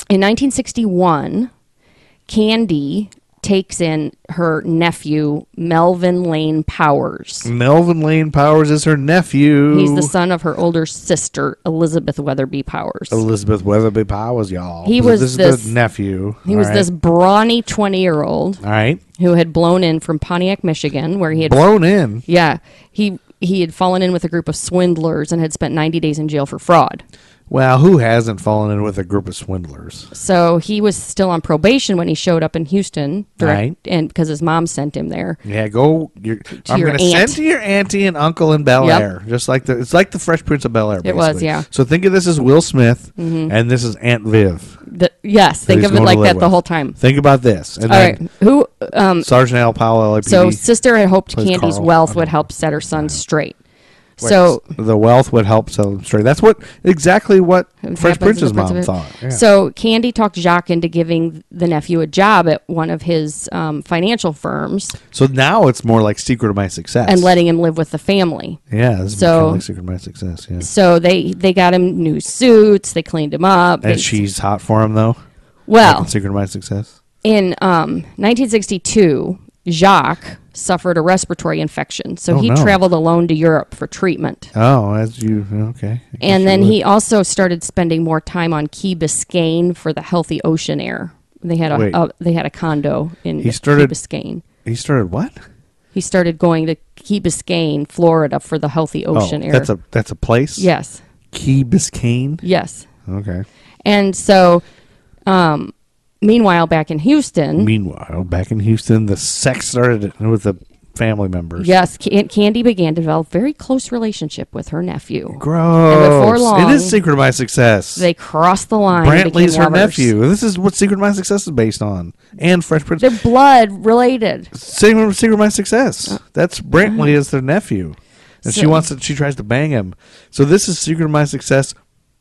S7: in 1961 candy takes in her nephew melvin lane powers
S6: Melvin Lane Powers is her nephew.
S7: he's the son of her older sister elizabeth weatherby powers
S6: Elizabeth Weatherby Powers, y'all.
S7: He
S6: This-
S7: was
S6: this, is
S7: this-
S6: the nephew.
S7: he was
S6: all right?
S7: this brawny 20 year old
S6: All right,
S7: who had blown in from pontiac michigan where he had
S6: blown in.
S7: yeah he he had fallen in with a group of swindlers and had spent 90 days in jail for fraud
S6: Well, who hasn't fallen in with a group of swindlers?
S7: So he was still on probation when he showed up in Houston, direct,
S6: Right.
S7: and because his mom sent him there.
S6: Yeah, go. You're, I'm
S7: your
S6: going to
S7: aunt.
S6: send to your auntie and uncle in Bel
S7: Yep.
S6: Air, just like the it's like the Fresh Prince of Bel Air.
S7: It was, yeah.
S6: So think of this as Will Smith, and this is Aunt Viv.
S7: The, yes, think
S6: he's
S7: of it
S6: going to
S7: like
S6: live
S7: that the
S6: with.
S7: whole time.
S6: Think about this, and
S7: All
S6: then
S7: right, who? Um,
S6: Sergeant Al Powell, LAPD.
S7: so sister had hoped
S6: Plays
S7: Candy's
S6: Carl.
S7: wealth would help set her son straight. So
S6: the wealth would help sell them straight. That's what exactly what
S7: It
S6: Fresh
S7: happens in
S6: Prince's
S7: the
S6: mom
S7: Prince of-
S6: thought. Yeah.
S7: So Candy talked Jacques into giving the nephew a job at one of his um, financial firms
S6: So now it's more like secret of my success
S7: and letting him live with the family.
S6: yeah, this is
S7: So-
S6: kind of like secret of my success. Yeah,
S7: So they they got him new suits. They cleaned him up. they,
S6: and she's hot for him though.
S7: well
S6: in secret of my success.
S7: In um, 1962, Jacques suffered a respiratory infection, so
S6: Oh,
S7: he
S6: no.
S7: traveled alone to Europe for treatment.
S6: Oh, as you okay. I guess you
S7: and then
S6: would.
S7: he also started spending more time on Key Biscayne for the healthy ocean air. They had
S6: Wait.
S7: a uh, they had a condo in
S6: He started-
S7: Key Biscayne.
S6: he started what?
S7: He started going to Key Biscayne, Florida, for the healthy
S6: Oh,
S7: ocean air.
S6: that's a that's a place.
S7: yes.
S6: Key Biscayne.
S7: Yes.
S6: Okay.
S7: And so, um, meanwhile, back in Houston,
S6: Meanwhile, back in Houston, the sex started with the family members.
S7: yes, Can- Candy began to develop very close relationship with her nephew.
S6: Gross.
S7: And before long-
S6: it is Secret of My Success.
S7: They crossed the line. and became
S6: Brantley's her
S7: lovers.
S6: nephew. This is what Secret of My Success is based on, and Fresh Prince.
S7: They're blood related.
S6: Secret, Secret of My Success. That's Brantley is their nephew, and she
S7: Oh. So-
S6: wants to. She tries to bang him. So this is Secret of My Success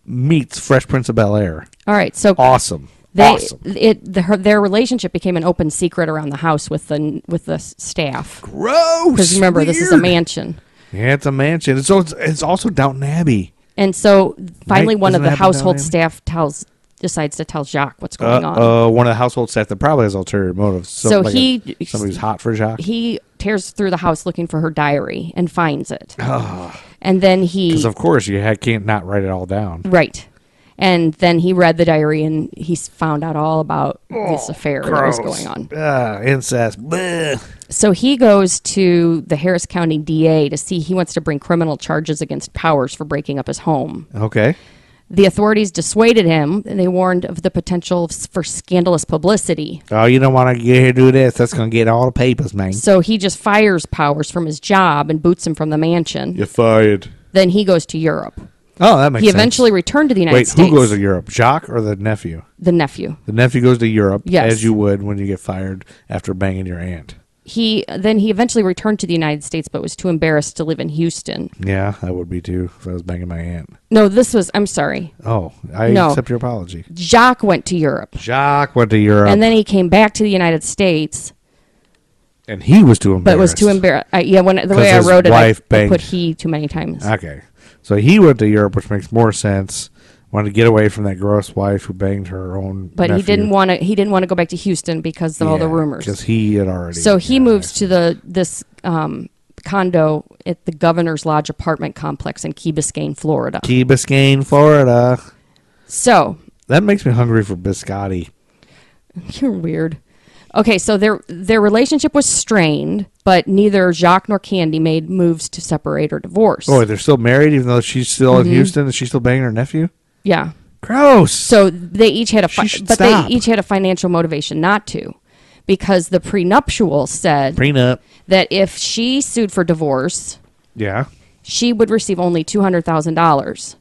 S6: meets Fresh Prince of Bel Air.
S7: All right, so
S6: Awesome.
S7: they
S6: awesome.
S7: it the, her, their relationship became an open secret around the house with the with the s- staff
S6: Gross.
S7: because remember this is a
S6: Weird.
S7: mansion.
S6: Yeah, it's a mansion. It's also, it's also Downton Abbey.
S7: And so finally,
S6: Right?
S7: one of
S6: Doesn't that
S7: the
S6: happen down
S7: household
S6: there?
S7: staff tells decides to tell Jacques what's
S6: Uh,
S7: going on.
S6: uh, one of the household staff that probably has ulterior motives. So,
S7: So
S6: like
S7: he-
S6: a, somebody's hot for Jacques.
S7: He tears through the house looking for her diary and finds it. and then he
S6: Because of course you ha- can't not write it all down.
S7: right, and then he read the diary and he s- found out all about this affair that was going on.
S6: Ah, incest. Bleh.
S7: So he goes to the Harris County DA to see he wants to bring criminal charges against Powers for breaking up his home.
S6: Okay.
S7: The authorities dissuaded him and they warned of the potential s- for scandalous publicity.
S6: Oh, you don't want to get here do this. That's gonna get all the papers, man.
S7: So he just fires Powers from his job and boots him from the mansion.
S6: You're fired.
S7: Then he goes to Europe.
S6: Oh, that makes
S7: He
S6: sense.
S7: eventually returned to the United
S6: Wait,
S7: States.
S6: who goes to Europe? Jacques or the nephew?
S7: The nephew.
S6: The nephew goes to Europe
S7: Yes.
S6: as you would when you get fired after banging your aunt.
S7: He then he eventually returned to the United States, but was too embarrassed to live in Houston.
S6: Yeah, I would be too if I was banging my aunt.
S7: No, this was I'm sorry.
S6: Oh, I
S7: No.
S6: accept your apology.
S7: Jacques went to Europe,
S6: Jacques went to Europe,
S7: and
S6: and,
S7: then he came back to the United States.
S6: he was too embarrassed.
S7: but was too embarrassed. I, yeah, when the way I
S6: his
S7: wrote it, I-
S6: wife
S7: I,
S6: banged-
S7: put he too many times.
S6: Okay. So he went to Europe, which makes more sense. Wanted to get away from that gross wife who banged her own.
S7: but he didn't want to. He didn't want to go back to Houston because of all the
S6: Because
S7: rumors.
S6: he had already.
S7: So he
S6: yeah.
S7: moves to the this um, condo at the Governor's Lodge apartment complex in Key Biscayne, Florida.
S6: Key Biscayne, Florida.
S7: So
S6: That makes me hungry for biscotti.
S7: you're weird. Okay, so their their relationship was strained, but neither Jacques nor Candy made moves to separate or divorce.
S6: Oh, they're still married, even though she's still
S7: Mm-hmm.
S6: in Houston and she's still banging her nephew.
S7: yeah.
S6: Gross.
S7: So they each had a, fi-
S6: should
S7: but
S6: stop.
S7: they each had a financial motivation not to, because the prenuptial said
S6: prenup.
S7: that if she sued for divorce,
S6: Yeah.
S7: she would receive only two hundred thousand dollars.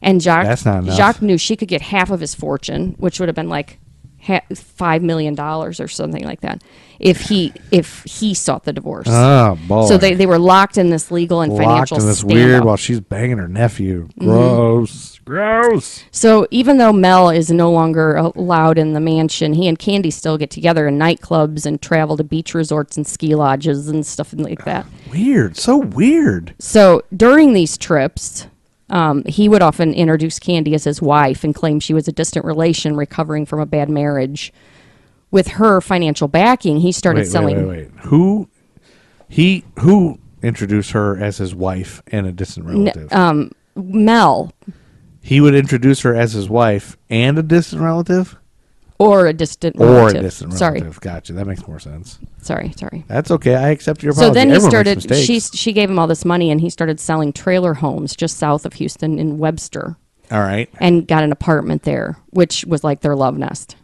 S7: And Jacques,
S6: That's not enough.
S7: Jacques knew she could get half of his fortune, which would have been like ha- five million dollars or something like that, if he if he sought the divorce.
S6: Oh boy.
S7: so they, they were locked in this legal and
S6: locked
S7: financial Mm-hmm.
S6: in this
S7: stand
S6: weird while she's banging her nephew. Gross. Gross.
S7: So even though Mel is no longer allowed in the mansion, he and Candy still get together in nightclubs and travel to beach resorts and ski lodges and stuff like that.
S6: Weird. So weird.
S7: So during these trips, um, he would often introduce Candy as his wife and claim she was a distant relation recovering from a bad marriage. With her financial backing, he started
S6: wait,
S7: selling.
S6: Wait, wait, wait. Who he who introduced her as his wife and a distant relative?
S7: uh, Mel
S6: he would introduce her as his wife and a distant relative,
S7: or a distant
S6: or
S7: relative.
S6: a distant
S7: sorry,
S6: relative. Gotcha. That makes more sense.
S7: sorry, sorry.
S6: That's okay. I accept your apology.
S7: So then he
S6: Everyone makes
S7: started. She
S6: mistakes.
S7: she gave him all this money, and he started selling trailer homes just south of Houston in Webster,
S6: all right.
S7: and got an apartment there, which was like their love nest.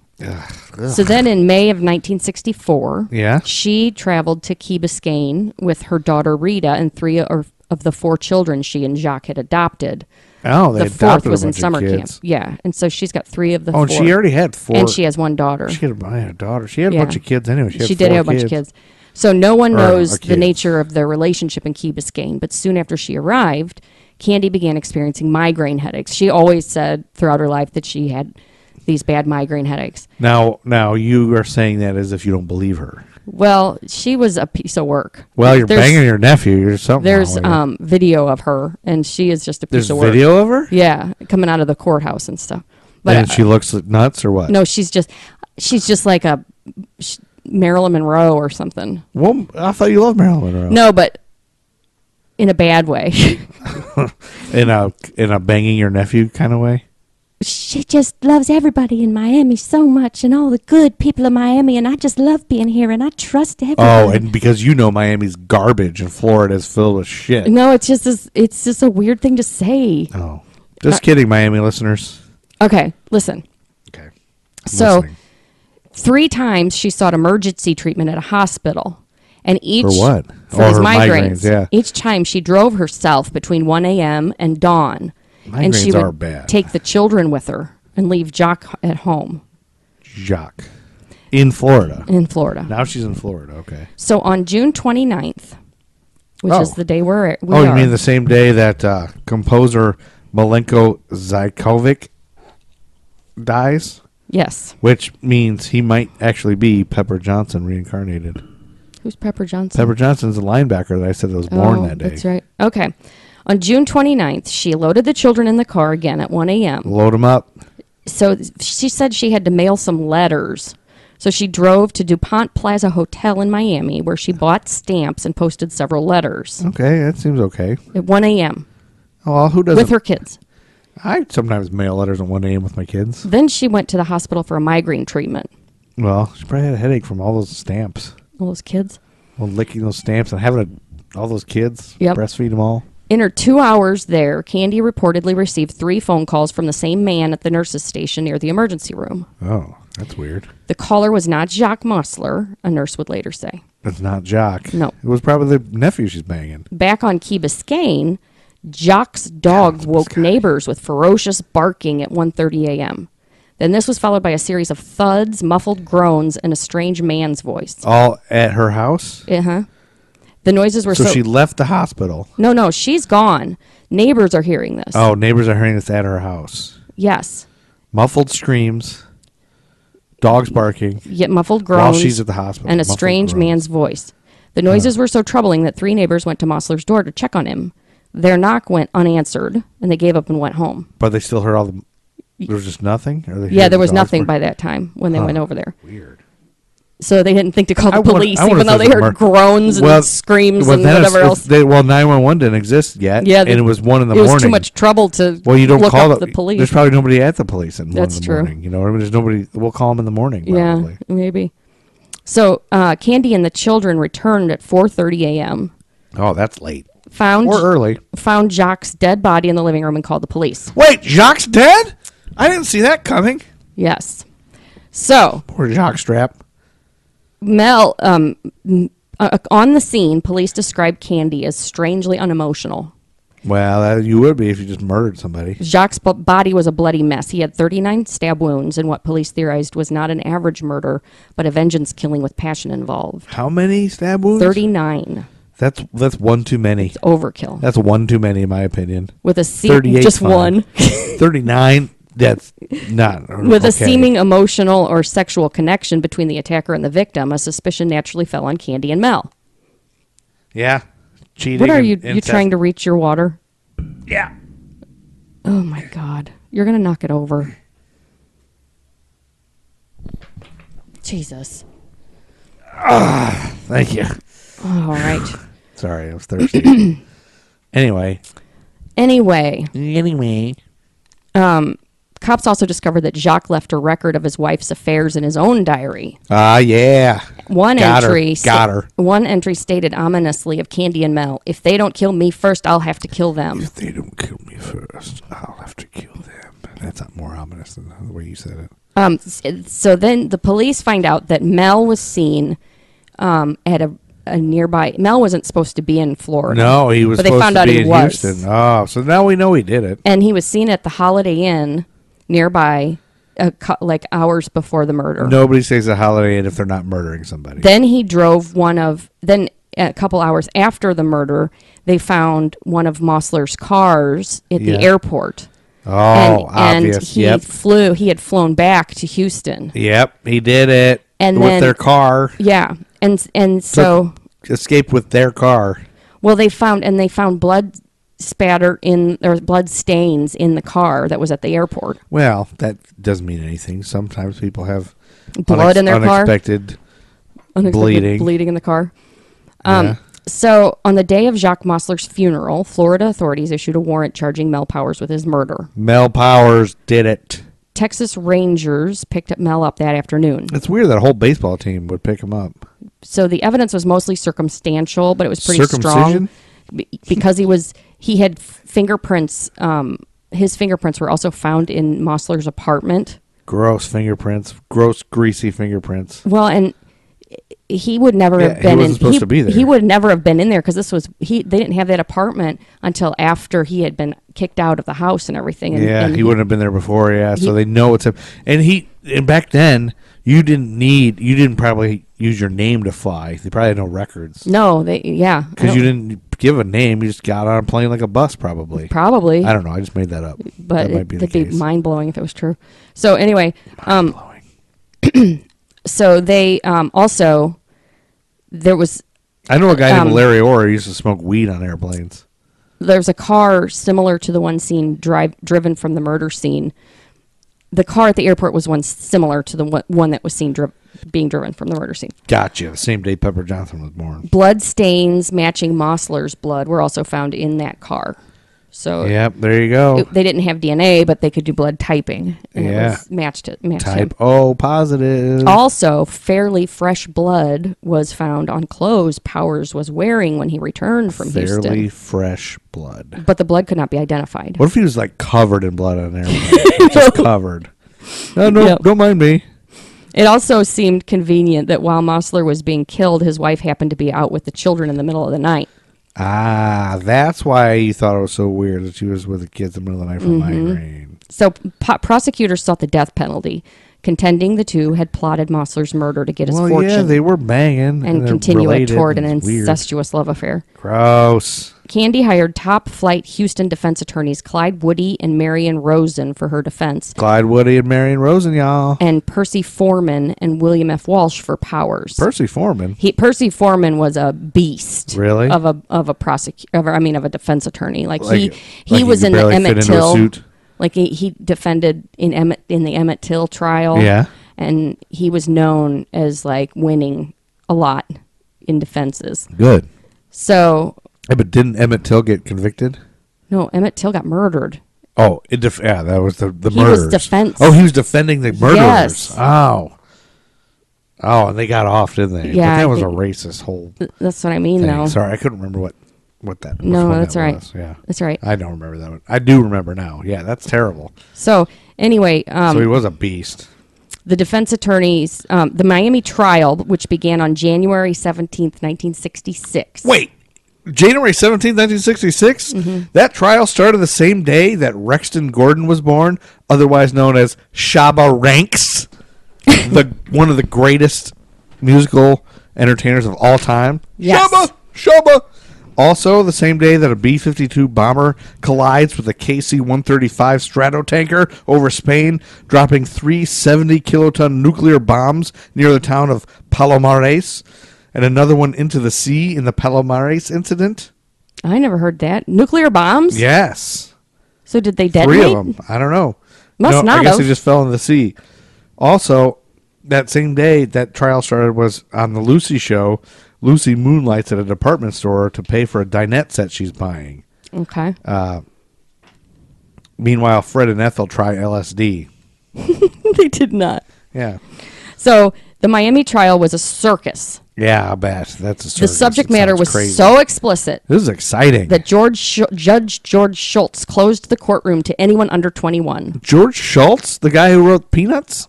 S7: So then, in May of 1964,
S6: Yeah.
S7: she traveled to Key Biscayne with her daughter Rita and three of, of the four children she and Jacques had adopted.
S6: Oh, they
S7: the fourth
S6: adopted
S7: was
S6: a
S7: in
S6: bunch of
S7: summer camp.
S6: kids.
S7: Yeah, and so she's got three of the.
S6: Oh,
S7: four,
S6: and she already had four.
S7: and she has one daughter.
S6: She had a, I had a daughter. She had
S7: Yeah.
S6: a bunch of kids anyway. She, had
S7: She did
S6: four
S7: have a bunch of kids. So no one
S6: Or
S7: knows
S6: a
S7: the
S6: kid.
S7: nature of their relationship in Key Biscayne. But soon after she arrived, Candy began experiencing migraine headaches. She always said throughout her life that she had these bad migraine headaches.
S6: Now, now you are saying that as if you don't believe her.
S7: Well, she was a piece of work.
S6: Well, you're
S7: There's-
S6: banging your nephew. You're something. wrong
S7: There's
S6: with you.
S7: um, video of her, and she is just a piece
S6: There's
S7: of work.
S6: video of her.
S7: Yeah, coming out of the courthouse and stuff. But
S6: and
S7: uh,
S6: she looks like nuts or what?
S7: no, she's just she's just like a sh- Marilyn Monroe or something.
S6: Well, I thought you loved Marilyn Monroe.
S7: No, but in a bad way.
S6: In a in a banging your nephew kind of way.
S9: she just loves everybody in Miami so much and all the good people of Miami and I just love being here and I trust everyone.
S6: Oh, and because you know Miami's garbage and Florida is filled with shit.
S7: no, it's just this, it's just a weird thing to say.
S6: Oh. Just kidding, Miami listeners.
S7: Okay, listen.
S6: Okay.
S7: So three times she sought emergency treatment at a hospital, and each
S6: For what?
S7: for
S6: Oh,
S7: his
S6: her
S7: migraines.
S6: migraines, yeah.
S7: Each time she drove herself between 1 a.m. and dawn, and she
S6: Migraines
S7: would
S6: are bad.
S7: take the children with her and leave Jock at home
S6: Jacques in Florida.
S7: in Florida.
S6: Now she's in Florida. Okay.
S7: So on June 29th, which
S6: Oh.
S7: is the day we're we
S6: oh,
S7: are.
S6: you mean the same day that uh, composer Milenko Zykovic dies,
S7: yes.
S6: which means he might actually be Pepper Johnson reincarnated.
S7: Who's Pepper Johnson?
S6: Pepper Johnson's a linebacker that I said that was born
S7: Oh,
S6: that day.
S7: That's right. Okay. On June 29th, she loaded the children in the car again at 1 a.m.
S6: Load him up.
S7: So th- she said she had to mail some letters. So she drove to DuPont Plaza Hotel in Miami where she bought stamps and posted several letters
S6: Okay, that seems okay.
S7: at 1 a.m.
S6: Oh, well, who doesn't?
S7: with her kids.
S6: I sometimes mail letters at 1 a.m. with my kids.
S7: Then she went to the hospital for a migraine treatment.
S6: Well, she probably had a headache from all those stamps.
S7: All those kids.
S6: Well, licking those stamps and having a, all those kids
S7: Yep.
S6: breastfeed them all.
S7: In her two hours there, Candy reportedly received three phone calls from the same man at the nurse's station near the emergency room.
S6: Oh, that's weird.
S7: The caller was not Jacques Mosler, a nurse would later say.
S6: That's not Jock.
S7: No.
S6: It was probably the nephew she's banging.
S7: Back on Key Biscayne, Jacques' dog woke neighbors with ferocious barking at 1:30 a.m. Then this was followed by a series of thuds, muffled groans, and a strange man's voice.
S6: All at her house?
S7: Uh-huh. The noises were
S6: So,
S7: so,
S6: she left the hospital.
S7: No, no, she's gone. Neighbors are hearing this.
S6: Oh, neighbors are hearing this at her house.
S7: Yes.
S6: Muffled screams, dogs barking
S7: You get muffled
S6: while
S7: groans.
S6: she's at the hospital.
S7: and a
S6: Muffled
S7: strange
S6: groans.
S7: man's voice. The noises were so troubling that three neighbors went to Mosler's door to check on him. Their knock went unanswered, and they gave up and went home.
S6: But they still heard all the. There was just nothing? Or they
S7: Yeah,
S6: heard the
S7: there was
S6: dogs
S7: nothing
S6: bark-
S7: by that time when they went over there.
S6: Weird.
S7: So they didn't think to call the
S6: I wonder-
S7: police,
S6: I wonder
S7: even
S6: if
S7: though they
S6: there's a
S7: heard
S6: mur-
S7: groans and
S6: Well,
S7: screams
S6: well,
S7: and
S6: then
S7: whatever
S6: it's-
S7: else.
S6: it's- They, well, 911 didn't exist yet.
S7: yeah,
S6: and
S7: the-
S6: it was one in the
S7: it
S6: morning.
S7: was too much trouble to
S6: Well, you don't
S7: look
S6: call
S7: up the, police.
S6: There's probably nobody at the police in one
S7: That's
S6: in the
S7: true.
S6: morning. You know, I mean, there's nobody. We'll call them in the morning.
S7: yeah,
S6: Probably.
S7: maybe. So uh, Candy and the children returned at 4:30 a.m.
S6: Oh, that's late
S7: Found
S6: or early.
S7: found Jacques' dead body in the living room and called the police.
S6: Wait, Jacques dead? I didn't see that coming.
S7: Yes. So
S6: Poor Jacques Strap.
S7: Mel, um, m- uh, on the scene, police described Candy as strangely unemotional.
S6: Well, uh, you would be if you just murdered somebody.
S7: Jacques' b- body was a bloody mess. He had 39 stab wounds in what police theorized was not an average murder, but a vengeance killing with passion involved.
S6: How many stab wounds?
S7: 39
S6: That's that's one too many.
S7: overkill
S6: That's one too many in my opinion.
S7: with a se-
S6: 38
S7: just
S6: fine.
S7: one
S6: Thirty-nine. That's not
S7: with a
S6: okay.
S7: seeming emotional or sexual connection between the attacker and the victim. A suspicion naturally fell on Candy and Mel.
S6: Yeah, cheating.
S7: What are
S6: and
S7: you you
S6: incest.
S7: trying to reach your water? Yeah. Oh my god. You're going to knock it over. Jesus.
S6: Thank you.
S7: All right.
S6: Sorry, I was thirsty. anyway,
S7: Anyway, Um,
S6: anyway.
S7: cops also discovered that Jacques left a record of his wife's affairs in his own diary.
S6: Ah, yeah.
S7: One
S6: Got her.
S7: entry
S6: Got her.
S7: One entry stated ominously of Candy and Mel, if they don't kill me first, I'll have to kill them.
S6: They don't kill me first. I'll have to kill them. That's not more ominous than the way you said it.
S7: Um, s- so then the police find out that Mel was seen um, at a, a nearby. Mel wasn't supposed to be in Florida.
S6: No, he was.
S7: But they
S6: supposed
S7: found
S6: to
S7: out
S6: be
S7: he
S6: in
S7: was.
S6: Houston. Oh, so now we know he did it.
S7: And he was seen at the Holiday Inn nearby, a cou- like hours before the murder.
S6: Nobody stays at Holiday Inn if they're not murdering somebody.
S7: Then he drove one of. Then a couple hours after the murder, they found one of Mosler's cars at
S6: Yeah.
S7: the airport.
S6: oh,
S7: and,
S6: obvious.
S7: and he
S6: yep.
S7: flew. He had flown back to Houston.
S6: Yep. He did it.
S7: And
S6: with
S7: then-
S6: their car,
S7: Yeah, and and so
S6: escaped with their car.
S7: Well, they found and they found blood spatter in or blood stains in the car that was at the airport.
S6: Well, that doesn't mean anything. Sometimes people have
S7: Blood in their car?
S6: unexpected
S7: Unexpected
S6: Bleeding.
S7: bleeding in the car. Um,
S6: Yeah.
S7: So on the day of Jacques Mosler's funeral, Florida authorities issued a warrant charging Mel Powers with his murder.
S6: Mel Powers did it.
S7: Texas Rangers picked up Mel up that afternoon.
S6: It's weird that a whole baseball team would pick him up.
S7: So the evidence was mostly circumstantial, but it was pretty strong
S6: Circumcision?
S7: be- because he was he had fingerprints um, his fingerprints were also found in Mosler's apartment.
S6: Gross fingerprints. Gross greasy fingerprints.
S7: Well, and he would never
S6: Yeah,
S7: have
S6: he
S7: been
S6: wasn't
S7: in,
S6: supposed
S7: he,
S6: to be there.
S7: He would never have been in there because this was he. They didn't have that apartment until after he had been kicked out of the house and everything. And,
S6: yeah,
S7: and
S6: he wouldn't have been there before. Yeah,
S7: he-
S6: so they know it's him. And he and back then you didn't need you didn't probably use your name to fly. They probably had no records
S7: No, they yeah. I
S6: because
S7: don't-
S6: you didn't give a name. You just got on a plane like a bus, probably.
S7: probably.
S6: I don't know. I just made that up.
S7: but
S6: that
S7: it,
S6: might be the
S7: would be
S6: case.
S7: mind blowing if it was true. So anyway, um,
S6: Mind-blowing.
S7: so they um, also there was
S6: I know a guy
S7: um,
S6: named Larry Orr who used to smoke weed on airplanes.
S7: there's a car similar to the one seen drive driven from the murder scene. The car at the airport was one similar to the one- one that was seen dri- being driven from the murder scene.
S6: Gotcha. The same day Pepper Johnson was born.
S7: Blood stains matching Mosler's blood were also found in that car. So
S6: Yep. There you go.
S7: it- they didn't have DNA, but they could do blood typing. And
S6: Yeah.
S7: it was matched it. Matched him.
S6: Type O positive.
S7: Also, fairly fresh blood was found on clothes Powers was wearing when he returned from
S6: fairly
S7: Houston.
S6: fresh blood.
S7: But the blood could not be identified.
S6: What if he was like covered in blood on an airplane? Just covered. No, no,
S7: No.
S6: don't mind me.
S7: It also seemed convenient that while Mosler was being killed, his wife happened to be out with the children in the middle of the night.
S6: Ah, that's why you thought it was so weird that she was with the kids in the middle of the night for
S7: Mm-hmm.
S6: migraine.
S7: So po- prosecutors sought the death penalty, contending the two had plotted Mosler's murder to get his
S6: Well,
S7: fortune
S6: yeah, they were banging
S7: and
S6: they're
S7: continue it
S6: Uh, related
S7: toward an
S6: and it's weird.
S7: incestuous love affair.
S6: Gross.
S7: Candy hired top flight Houston defense attorneys Clyde Woody and Marion Rosen for her defense,
S6: Clyde Woody and Marion Rosen, y'all.
S7: and Percy Foreman and William F. Walsh for Powers.
S6: Percy Foreman.
S7: he, Percy Foreman was a beast,
S6: Really?
S7: of a of a prosecutor. I mean, of a defense attorney. Like,
S6: Like-
S7: he
S6: like
S7: he
S6: he
S7: was
S6: could
S7: in the
S6: barely fit
S7: Emmett
S6: into a
S7: Till.
S6: suit.
S7: Like he, he defended in Emmett in the Emmett Till trial.
S6: Yeah.
S7: and he was known as like winning a lot in defenses.
S6: Good.
S7: So
S6: Yeah, but didn't Emmett Till get convicted?
S7: no, Emmett Till got murdered.
S6: Oh, it def- yeah, that was the the
S7: He was
S6: murderers.
S7: defense.
S6: Oh, he was defending the murderers.
S7: Yes.
S6: Oh. Oh, and they got off, didn't they?
S7: Yeah,
S6: but
S7: I
S6: that was a
S7: think-
S6: racist whole
S7: Th- That's what I mean,
S6: thing.
S7: though.
S6: Sorry, I couldn't remember what what that. which
S7: No,
S6: one
S7: that's
S6: that
S7: all right.
S6: was. Yeah,
S7: That's all right.
S6: I don't remember that one. I do remember now. Yeah, that's terrible.
S7: So anyway, um,
S6: so he was a beast.
S7: the defense attorneys, um, the Miami trial, which began on January seventeenth, nineteen sixty-six.
S6: Wait, January seventeenth, 1966?
S7: Mm-hmm.
S6: That trial started the same day that Rexton Gordon was born, otherwise known as Shaba Ranks, the one of the greatest musical entertainers of all time.
S7: Yes.
S6: Shaba! Shaba! Also, the same day that a B 52 bomber collides with a KC 135 stratotanker over Spain, dropping three 70 kiloton nuclear bombs near the town of Palomares, and another one into the sea in the Palomares incident.
S7: I never heard that. Nuclear bombs?
S6: Yes.
S7: So did they
S6: Three
S7: detonate?
S6: of them. I don't know.
S7: Must
S6: no,
S7: not
S6: I guess
S7: have.
S6: they just fell in the sea. Also, that same day that trial started was on the Lucy show. Lucy moonlights at a department store to pay for a dinette set she's buying.
S7: Okay.
S6: Uh, Meanwhile, Fred and Ethel try LSD.
S7: they did not.
S6: Yeah.
S7: So the Miami trial was a circus.
S6: Yeah, I bet. That's a
S7: The
S6: circus.
S7: subject
S6: It
S7: matter
S6: sounds
S7: was
S6: crazy.
S7: so explicit
S6: This is exciting.
S7: that George Sh- Judge George Schultz closed the courtroom to anyone under 21.
S6: George Schultz, the guy who wrote Peanuts,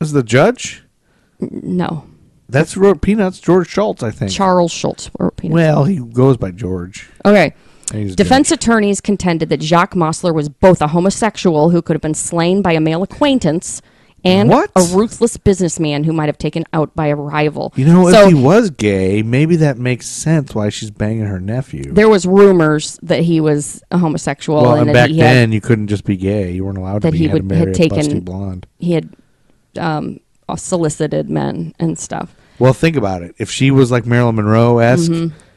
S6: is the judge.
S7: No.
S6: That's who wrote Peanuts. George Schultz, I think.
S7: Charles Schultz. Or Peanut.
S6: well, he goes by George.
S7: Okay.
S6: He's a
S7: Defense attorneys contended that Jacques Mosler was both a homosexual who could have been slain by a male acquaintance and
S6: What?
S7: a ruthless businessman who might have taken out by a rival.
S6: You know,
S7: so
S6: if he was gay, maybe that makes sense why she's banging her nephew.
S7: there was rumors that he was a homosexual
S6: well,
S7: and,
S6: and
S7: that
S6: back
S7: he had
S6: then you couldn't just be gay; you weren't allowed
S7: that
S6: to be.
S7: he
S6: You had to
S7: would-
S6: marry
S7: had
S6: a
S7: taken-
S6: busty blonde.
S7: he had um, uh, solicited men and stuff.
S6: Well, think about it. If she was like Marilyn Monroe esque,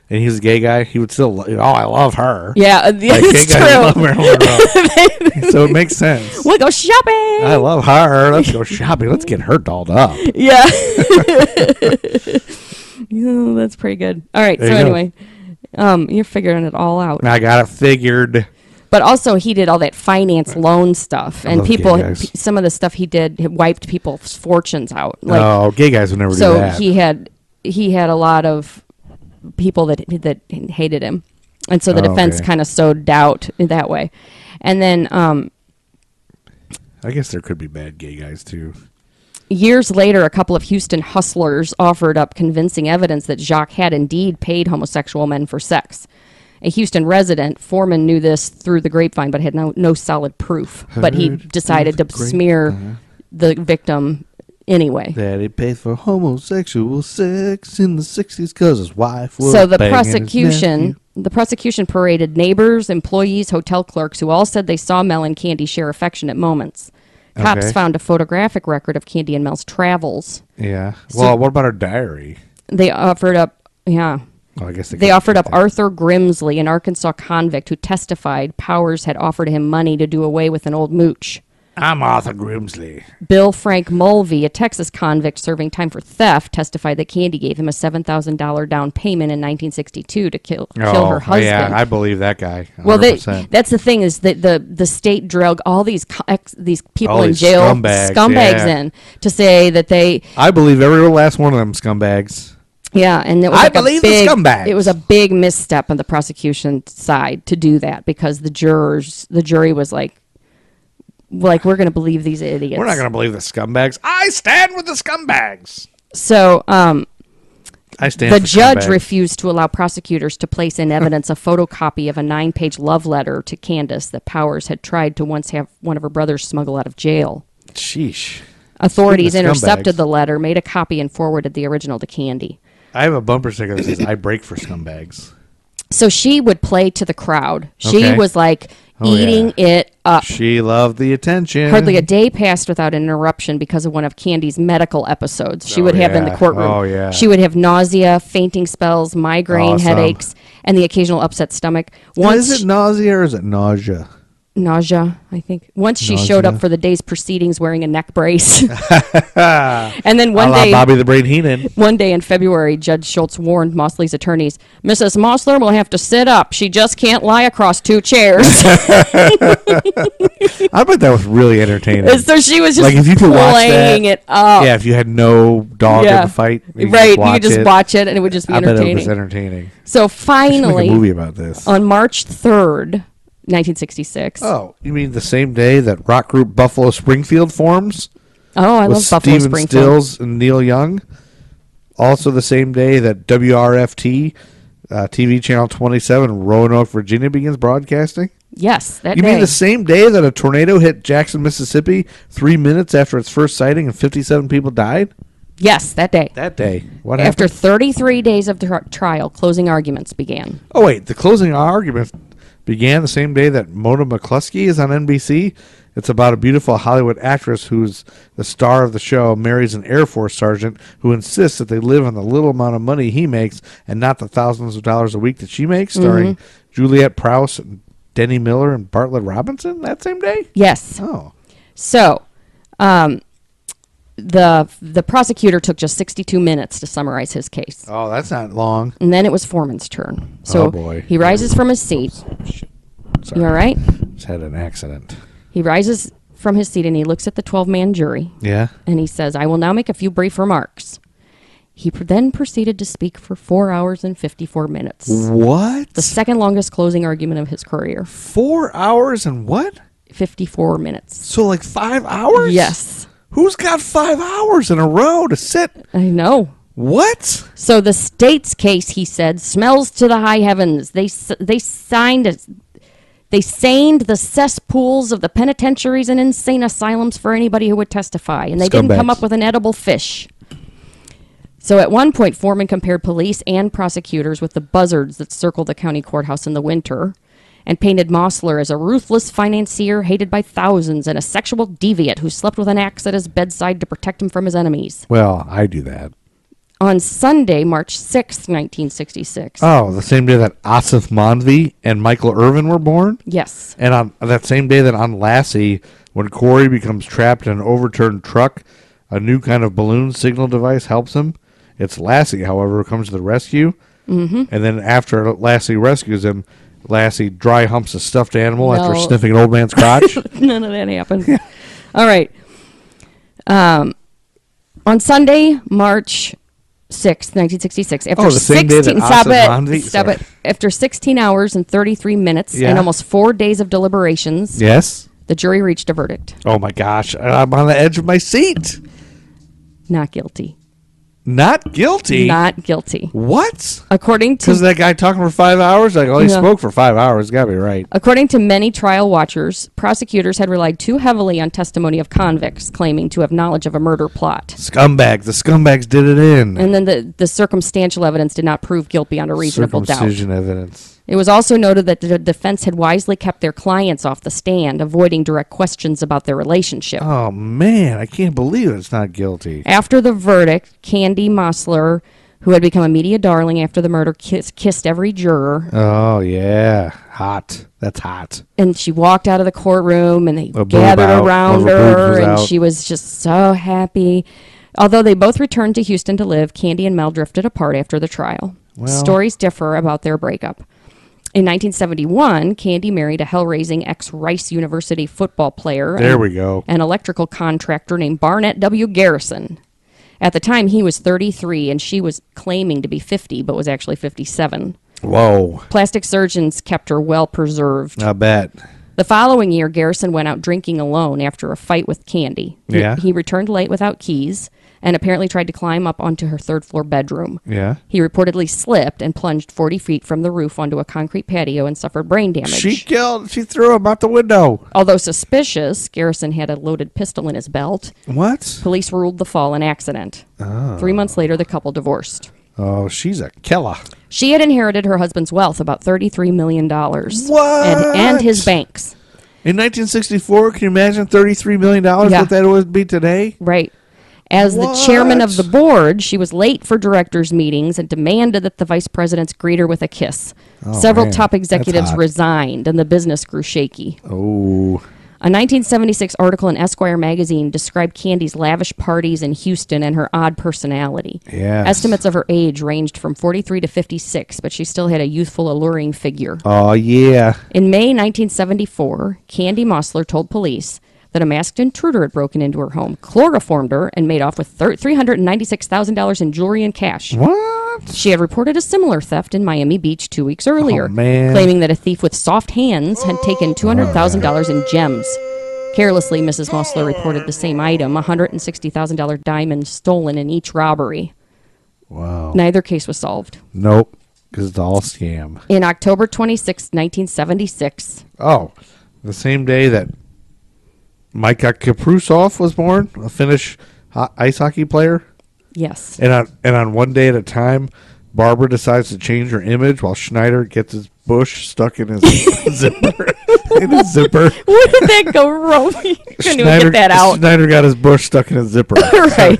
S6: and he was a gay guy, he would still. lo- Oh, I love her.
S7: Mm-hmm. Yeah, uh,
S6: Like,
S7: it's
S6: gay guys love
S7: true.
S6: Marilyn Monroe. so it makes sense.
S7: We'll go shopping.
S6: I love her. Let's go shopping. Let's get her dolled up.
S7: yeah. Yeah, that's pretty good. All right.
S6: There
S7: so
S6: you go.
S7: anyway, um, you're figuring it all out.
S6: I got it figured.
S7: But also, he did all that finance loan stuff, and
S6: love gay
S7: people.
S6: guys.
S7: p- Some of the stuff he did it wiped people's fortunes out. Like
S6: oh, gay guys would never do
S7: so,
S6: that.
S7: he had he had a lot of people that that hated him, and so the
S6: Oh,
S7: defense
S6: okay.
S7: kind of sowed doubt in that way. And then um,
S6: I guess there could be bad gay guys too.
S7: Years later, a couple of Houston hustlers offered up convincing evidence that Jacques had indeed paid homosexual men for sex. A Houston resident, Foreman knew this through the grapevine, but had no, no solid proof. but he
S6: Heard
S7: decided to
S6: through the
S7: smear
S6: grapevine.
S7: the victim anyway.
S6: That he paid for homosexual sex in the '60s because his wife was.
S7: so the
S6: banging his
S7: prosecution
S6: nephew.
S7: the prosecution paraded neighbors employees hotel clerks who all said they saw mel and candy share affectionate moments cops
S6: Okay.
S7: found a photographic record of candy and mel's travels
S6: Yeah. Well, what about her diary?
S7: they offered up yeah
S6: Well, I guess
S7: they
S6: could-
S7: offered up Arthur Grimsley, an Arkansas convict who testified Powers had offered him money to do away with an old mooch.
S6: I'm Arthur Grimsley.
S7: Bill Frank Mulvey, a Texas convict serving time for theft, testified that Candy gave him a $7,000 down payment in 1962 to kill, kill her husband.
S6: Oh, yeah, I believe that guy.
S7: Well, they,
S6: 100%.
S7: that's the thing is that the the state drug all these co- ex, these people
S6: All
S7: in
S6: these
S7: jail
S6: scumbags, yeah.
S7: in to say that they
S6: I believe every last one of them scumbags.
S7: yeah and it was
S6: I
S7: like
S6: believe
S7: a
S6: the
S7: big,
S6: scumbags.
S7: It was a big misstep on the prosecution side to do that because the jurors the jury was like like we're going to believe these idiots.
S6: We're not going to believe the scumbags. I stand with the scumbags.
S7: So um,
S6: I stand.
S7: the
S6: for
S7: judge
S6: scumbags.
S7: refused to allow prosecutors to place in evidence a photocopy of a nine-page love letter to Candace that Powers had tried to once have one of her brothers smuggle out of jail.
S6: Sheesh.
S7: Authorities
S6: Speaking of
S7: intercepted
S6: scumbags.
S7: the letter, made a copy, and forwarded the original to Candy.
S6: I have a bumper sticker that says "I break for scumbags."
S7: So she would play to the crowd. She
S6: Okay.
S7: was like
S6: Oh,
S7: eating it up.
S6: She loved the attention.
S7: Hardly a day passed without an interruption because of one of Candy's medical episodes she
S6: Oh,
S7: would have in the
S6: yeah.
S7: courtroom.
S6: Oh, yeah.
S7: She would have nausea, fainting spells, migraine,
S6: Awesome.
S7: headaches, and the occasional upset stomach. Once
S6: Is it nausea or is it nausea?
S7: nausea, I think. Once she showed
S6: Nausea.
S7: up for the day's proceedings wearing a neck brace. and then
S6: A
S7: one
S6: la
S7: day
S6: Bobby the Brain Heenan.
S7: One day in February, Judge Schultz warned Mosley's attorneys, Mrs. Mosler will have to sit up. She just can't lie across two chairs.
S6: I bet that was really entertaining.
S7: And so she was just
S6: Like, if you could watch
S7: playing
S6: that-
S7: it up.
S6: yeah, if you had no dog
S7: Yeah.
S6: in the fight, you
S7: right.
S6: Could watch
S7: you could just
S6: it.
S7: watch it and it would just be
S6: I bet it
S7: entertaining.
S6: was entertaining.
S7: So
S6: Should Make a movie
S7: finally, Uh,
S6: about this.
S7: on March 3rd, 1966.
S6: oh, you mean the same day that rock group Buffalo Springfield forms?
S7: Oh, I
S6: with
S7: love Buffalo
S6: Steven
S7: Springfield.
S6: Stills and Neil Young. Also, the same day that WRFT, uh, TV channel 27, Roanoke, Virginia, begins broadcasting.
S7: Yes, that
S6: You
S7: day.
S6: mean the same day that a tornado hit Jackson, Mississippi, three minutes after its first sighting and 57 people died?
S7: yes, that day.
S6: That day. What
S7: After
S6: happened?
S7: 33 days of tri- trial, closing arguments began.
S6: Oh, wait. The closing argument began the same day that Mona McCluskey is on NBC. It's about a beautiful Hollywood actress who's the star of the show, marries an Air Force sergeant who insists that they live on the little amount of money he makes and not the thousands of dollars a week that she makes,
S7: Mm-hmm.
S6: starring Juliette Prowse, and Denny Miller, and Bartlett Robinson that same day?
S7: Yes.
S6: Oh.
S7: So, um, the the prosecutor took just 62 minutes to summarize his case,
S6: Oh, that's not long.
S7: and then it was Foreman's turn. So
S6: Oh, boy. Oh,
S7: he rises from his seat.
S6: Sorry.
S7: You all right?
S6: Just had an accident.
S7: He rises from his seat and he looks at the 12 man jury,
S6: Yeah.
S7: and he says, "I will now make a few brief remarks." He pr- then proceeded to speak for four hours and 54 minutes,
S6: What?
S7: the second longest closing argument of his career.
S6: Four hours and what?
S7: 54 minutes.
S6: So like five hours?
S7: Yes,
S6: Who's got five hours in a row to sit?
S7: I know.
S6: What?
S7: So the state's case, he said, smells to the high heavens. They s- they signed a, they saned the cesspools of the penitentiaries and insane asylums for anybody who would testify, and they didn't come
S6: Scumbags.
S7: up with an edible fish. So at one point, Foreman compared police and prosecutors with the buzzards that circle the county courthouse in the winter, and painted Mosler as a ruthless financier hated by thousands and a sexual deviant who slept with an axe at his bedside to protect him from his enemies
S6: Well, I do that.
S7: on Sunday, March sixth, 1966.
S6: Oh, the same day that Asif Manvi and Michael Irvin were born?
S7: yes.
S6: And on that same day that on Lassie, when Corey becomes trapped in an overturned truck, a new kind of balloon signal device helps him. It's Lassie, however, who comes to the rescue. Mm-hmm. And then after Lassie rescues him, Lassie dry humps a stuffed animal after
S7: No.
S6: sniffing an old man's crotch.
S7: None of that happened. All right. Um, on Sunday, March 6th, 1966. After
S6: Oh, the same
S7: 16,
S6: day that
S7: stop
S6: Asa
S7: it.
S6: Mondi-
S7: stop
S6: sorry.
S7: it. After 16 hours and 33 minutes
S6: Yeah.
S7: and almost four days of deliberations,
S6: Yes.
S7: the jury reached a verdict.
S6: Oh my gosh, I'm on the edge of my seat.
S7: Not guilty.
S6: Not guilty.
S7: Not guilty.
S6: what?
S7: According
S6: Because
S7: to
S6: that guy talking for five hours, like, oh, he
S7: Yeah.
S6: spoke for five hours. Got to be right.
S7: According to many trial watchers, prosecutors had relied too heavily on testimony of convicts claiming to have knowledge of a murder plot.
S6: Scumbag. The scumbags did it in.
S7: And then the, the circumstantial evidence did not prove guilt beyond a reasonable doubt.
S6: Circumcision evidence.
S7: It was also noted that the defense had wisely kept their clients off the stand, avoiding direct questions about their relationship.
S6: Oh man, I can't believe it's not guilty.
S7: After the verdict, Candy Mosler, who had become a media darling after the murder, kiss, kissed every juror,
S6: Oh yeah, hot. That's hot.
S7: and she walked out of the courtroom, and they
S6: A boob
S7: gathered
S6: out.
S7: around
S6: All the boobs
S7: her,
S6: was
S7: and
S6: out.
S7: she was just so happy. Although they both returned to Houston to live, Candy and Mel drifted apart after the trial. Stories differ about their breakup. In 1971, Candy married a hell-raising ex-Rice University football player.
S6: There
S7: and-
S6: we go.
S7: an electrical contractor named Barnett W. Garrison. At the time, he was 33 and she was claiming to be 50, but was actually 57.
S6: Whoa.
S7: Plastic surgeons kept her well preserved.
S6: I bet.
S7: The following year, Garrison went out drinking alone after a fight with Candy. He-
S6: Yeah.
S7: He, returned late without keys and apparently tried to climb up onto her third floor bedroom.
S6: Yeah.
S7: He reportedly slipped and plunged 40 feet from the roof onto a concrete patio and suffered brain damage.
S6: She killed. She threw him out the window.
S7: Although suspicious, Garrison had a loaded pistol in his belt.
S6: What?
S7: Police ruled the fall an accident. Three months later, the couple divorced.
S6: Oh, she's a killer.
S7: She had inherited her husband's wealth, about $33 million. And, and his
S6: What?
S7: banks.
S6: In 1964, can you imagine 33 million dollars?
S7: Yeah.
S6: What that would be today?
S7: Right. As the chairman of the
S6: What?
S7: board, she was late for directors' meetings and demanded that the vice presidents greet her with a kiss. Several
S6: Oh, man.
S7: top
S6: That's
S7: executives
S6: hot.
S7: resigned, and the business grew shaky.
S6: Oh,
S7: A 1976 article in Esquire magazine described Candy's lavish parties in Houston and her odd personality.
S6: Yes.
S7: Estimates of her age ranged from 43 to 56, but she still had a youthful, alluring figure.
S6: oh yeah.
S7: In May 1974, Candy Mosler told police that a masked intruder had broken into her home, chloroformed her, and made off with thir- $396,000 in jewelry and cash.
S6: What?
S7: She had reported a similar theft in Miami Beach two weeks earlier,
S6: man.
S7: claiming that a thief with soft hands had taken $200,000 in gems. Carelessly, Mrs. Mosler reported the same item $160,000 diamond stolen in each robbery. Wow. Neither case was solved.
S6: Nope. Because it's all scam.
S7: In October 26, 1976,
S6: Oh, the same day that Micah Kaprusov was born, a Finnish ho- ice hockey player,
S7: yes.
S6: and on and on one day at a time, Barbara decides to change her image while Schneider gets his bush stuck in his zipper. in his zipper.
S7: Where did that go wrong? You couldn't even get that out.
S6: Schneider got his bush stuck in his zipper.
S7: right.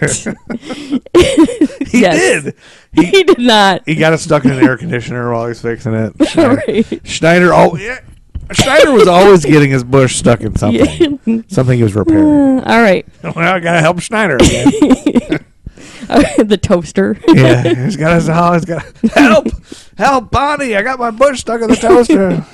S6: he
S7: Yes.
S6: did.
S7: he did not.
S6: He got it stuck in an air conditioner while he was fixing it. Schneider,
S7: Right.
S6: Schneider, al- yeah. Schneider was always getting his bush stuck in something. Something he was repairing.
S7: All right.
S6: well, I gotta help Schneider. Again.
S7: the toaster.
S6: yeah, he's got his. Oh, he's got help, help, Bonnie! I got my bush stuck in the toaster.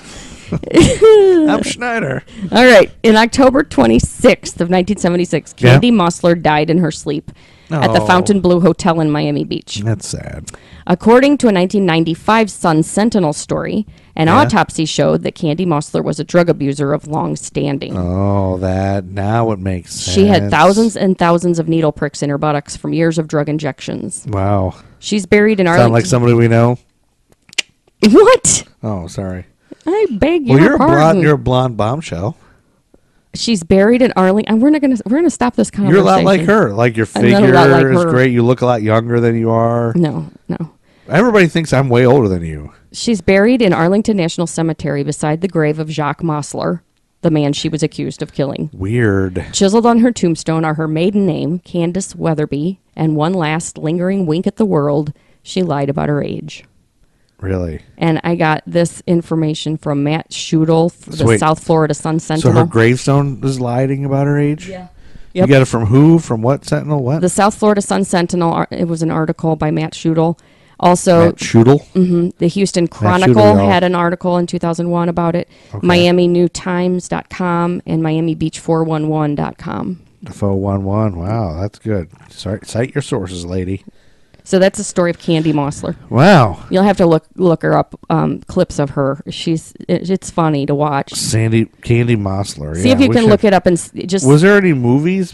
S6: help Schneider.
S7: All right. In October 26th of 1976,
S6: Yeah.
S7: Candy Mosler died in her sleep at the
S6: Oh.
S7: Fountain Blue Hotel in Miami Beach.
S6: That's sad.
S7: According to a 1995 Sun Sentinel story, an autopsy showed that Candy Mosler was a drug abuser of long standing.
S6: Oh, that now it makes sense.
S7: She had thousands and thousands of needle pricks in her buttocks from years of drug injections.
S6: Wow,
S7: She's buried in
S6: sound
S7: Arlington.
S6: like somebody we know.
S7: What?
S6: Oh, sorry.
S7: I beg
S6: Well,
S7: your
S6: you're a
S7: pardon.
S6: blonde. You're a blonde bombshell.
S7: She's buried in Arlington. And we're not gonna we're gonna stop this conversation.
S6: You're a lot like her. Like your
S7: I'm
S6: figure
S7: not a lot like
S6: is
S7: her.
S6: great. You look a lot younger than you are.
S7: No, no.
S6: Everybody thinks I'm way older than you.
S7: She's buried in Arlington National Cemetery beside the grave of Jacques Mosler, the man she was accused of killing.
S6: Weird.
S7: Chiseled on her tombstone are her maiden name, Candace Weatherby, and one last lingering wink at the world. She lied about her age.
S6: Really.
S7: And I got this information from Matt Schudel, the
S6: Sweet.
S7: South Florida Sun
S6: So
S7: Sentinel.
S6: her gravestone is lying about her age. Yeah.
S7: Yep.
S6: You got it from who? From what Sentinel? What?
S7: the South Florida Sun Sentinel. ar- It was an article by Matt Schudel. Also,
S6: Matt Schudel.
S7: Mm-hmm. the Houston
S6: Schudel,
S7: Chronicle
S6: y'all.
S7: had an article in 2001 about it. Miami New Times.com and Miami Beach 411.com.
S6: Defoe one one. Wow, that's good. Sorry, cite your sources, lady.
S7: So that's the story of Candy Mossler.
S6: Wow.
S7: You'll have to look look her up. Um, clips of her. She's it, it's funny to watch.
S6: Sandy Candy Mossler.
S7: See if you can look it up and s- just.
S6: Was there any movies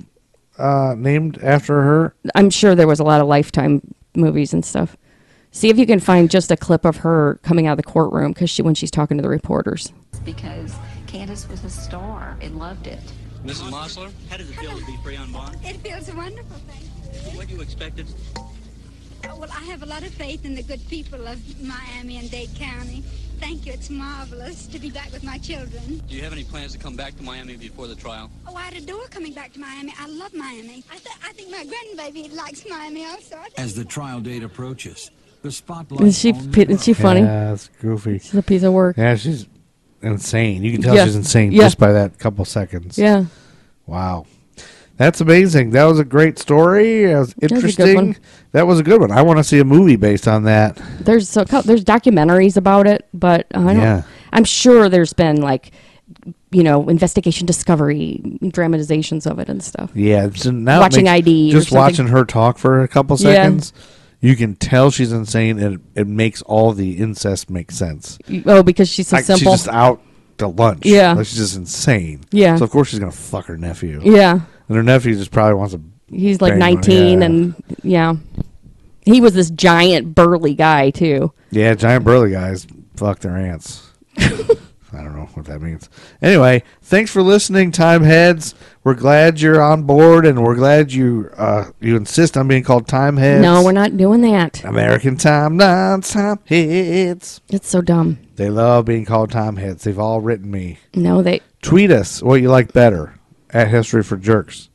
S6: uh, named after her?
S7: I'm sure there was a lot of Lifetime movies and stuff. See if you can find just a clip of her coming out of the courtroom because she when she's talking to the reporters.
S10: because Candace was a star and loved it.
S11: Mrs. Mosler, how does it feel to be free on bond?
S12: It feels wonderful, thank you. Oh,
S11: What you expected?
S12: Well, I have a lot of faith in the good people of Miami and Dade County. Thank you. It's marvelous to be back with my children.
S11: Do you have any plans to come back to Miami before the trial?
S12: Oh, I'd adore coming back to Miami. I love Miami. I, th- I think my grandbaby likes Miami also. I think
S13: As the trial date approaches, the spotlight.
S7: Is she is she funny?
S6: Yeah, it's goofy.
S7: She's a piece of work.
S6: Yeah, she's insane. You can tell
S7: Yeah.
S6: she's insane
S7: Yeah.
S6: just by that couple seconds.
S7: Yeah.
S6: Wow. That's amazing. That was a great story. It was
S7: was a good
S6: interesting.
S7: one.
S6: That was a good one. I want to see a movie based on that.
S7: There's so co- there's documentaries about it, but I don't,
S6: Yeah.
S7: I'm sure there's been like, you know, investigation, discovery, dramatizations of it and stuff.
S6: Yeah. So now it
S7: Watching
S6: makes-
S7: ID or
S6: Just
S7: something.
S6: watching her talk for a couple
S7: Yeah.
S6: seconds, you can tell she's insane, and it, it makes all the incest make sense.
S7: Oh, because she's so
S6: Like,
S7: simple.
S6: She's just out to lunch.
S7: Yeah.
S6: Like, she's just insane.
S7: Yeah.
S6: So of course she's gonna fuck her nephew.
S7: Yeah.
S6: And her nephew just probably wants to.
S7: He's like
S6: bang her.
S7: 19,
S6: Yeah.
S7: and yeah, he was this giant burly guy too.
S6: Yeah, giant burly guys fuck their ants. I don't know what that means. Anyway, thanks for listening, time heads. We're glad you're on board, and we're glad you uh, you insist on being called time heads.
S7: no, we're not doing that.
S6: American time, non time heads.
S7: It's so dumb.
S6: They love being called time heads. They've all written me.
S7: No, they.
S6: Tweet us what you like better at History for Jerks.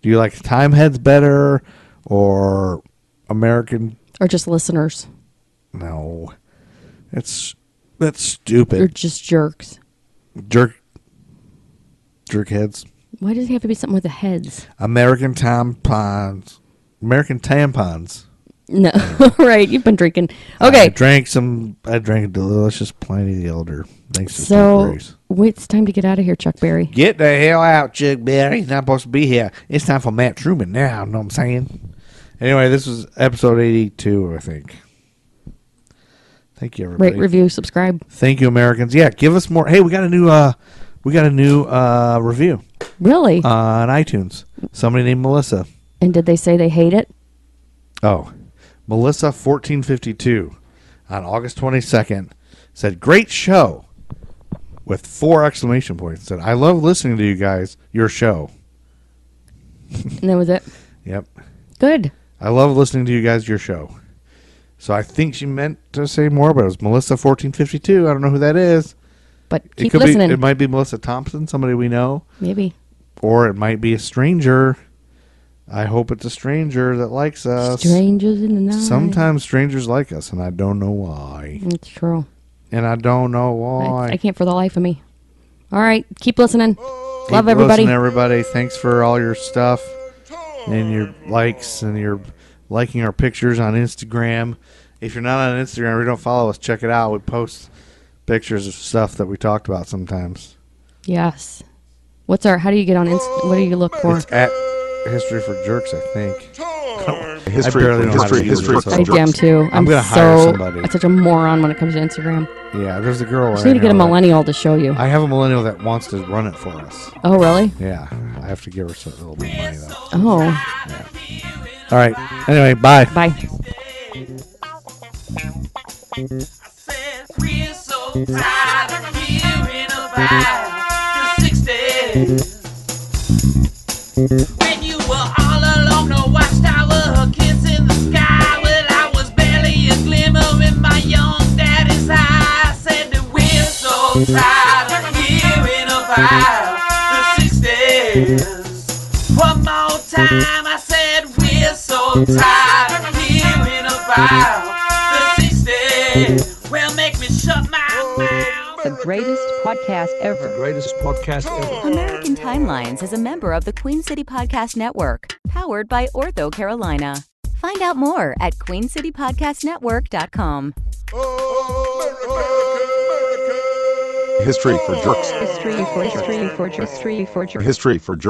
S6: Do you like time heads better or American?
S7: Or just listeners.
S6: No, that's that's stupid.
S7: They're just jerks.
S6: jerk jerk heads
S7: Why does it have to be something with the heads?
S6: american tampons american tampons
S7: No, right. You've been drinking. Okay.
S6: i drank some i drank a delicious plenty the elder thanks to Steve
S7: So
S6: Grace.
S7: wait, it's time to get out of here, Chuck Berry.
S6: get the hell out chuck berry he's not supposed to be here it's time for matt truman now know what i'm saying anyway this was episode 82 i think thank you everybody
S7: Rate, review, subscribe.
S6: thank you americans yeah give us more hey we got a new uh we got a new uh review
S7: Really?
S6: on itunes somebody named melissa
S7: and did they say they hate it?
S6: Oh, Melissa, fourteen fifty two, on August twenty second, said, "Great show," with four exclamation points. Said, "I love listening to you guys. Your show."
S7: And that was it.
S6: Yep,
S7: Good.
S6: I love listening to you guys. Your show. So I think she meant to say more, but it was Melissa fourteen fifty two. I don't know who that is.
S7: But
S6: it
S7: keep
S6: could
S7: listening.
S6: be. It might be Melissa Thompson, somebody we know,
S7: Maybe.
S6: or it might be a stranger. I hope it's a stranger that likes us.
S7: Strangers in the night.
S6: Sometimes strangers like us, and I don't know why.
S7: It's true.
S6: and I don't know
S7: I,
S6: why.
S7: I can't for the life of me. All right. Keep listening.
S6: Keep
S7: Love everybody.
S6: listening, everybody. Thanks for all your stuff and your likes and your liking our pictures on Instagram. If you're not on Instagram or you don't follow us, check it out. We post pictures of stuff that we talked about sometimes.
S7: Yes. What's our, how do you get on Insta? What do you look for?
S6: It's at History for Jerks, I think.
S2: History
S6: I barely
S2: for-
S6: know how to
S2: history-
S6: do
S2: history
S6: this,
S2: for
S6: so-
S7: I damn too.
S6: I'm
S7: I'm,
S6: gonna
S7: so,
S6: hire somebody.
S7: I'm such a moron when it comes to Instagram.
S6: Yeah, there's a girl.
S7: Just
S6: I
S7: need to get a
S6: know that-
S7: millennial to show you.
S6: eh? I have a millennial that wants to run it for us.
S7: Oh, really?
S6: Yeah, I have to give her some- a little bit of money though.
S7: Oh,
S6: All right. Anyway, bye.
S7: bye.
S4: We're so tired of hearing about the 60s. When you were all alone, no watchtower, kids in the sky. Well, I was barely a glimmer in my young daddy's eye. I said that we're so tired of hearing about the 60s. One more time, I said we're so tired of hearing about the 60s. Well, make me shut my mouth.
S14: The greatest podcast ever. The
S1: greatest podcast ever.
S3: American Timelines is a member of the Queen City Podcast Network, powered by Ortho Carolina. Find out more at queencitypodcastnetwork.com.
S2: History for jerks.
S14: History for history for history for
S2: History for jerks.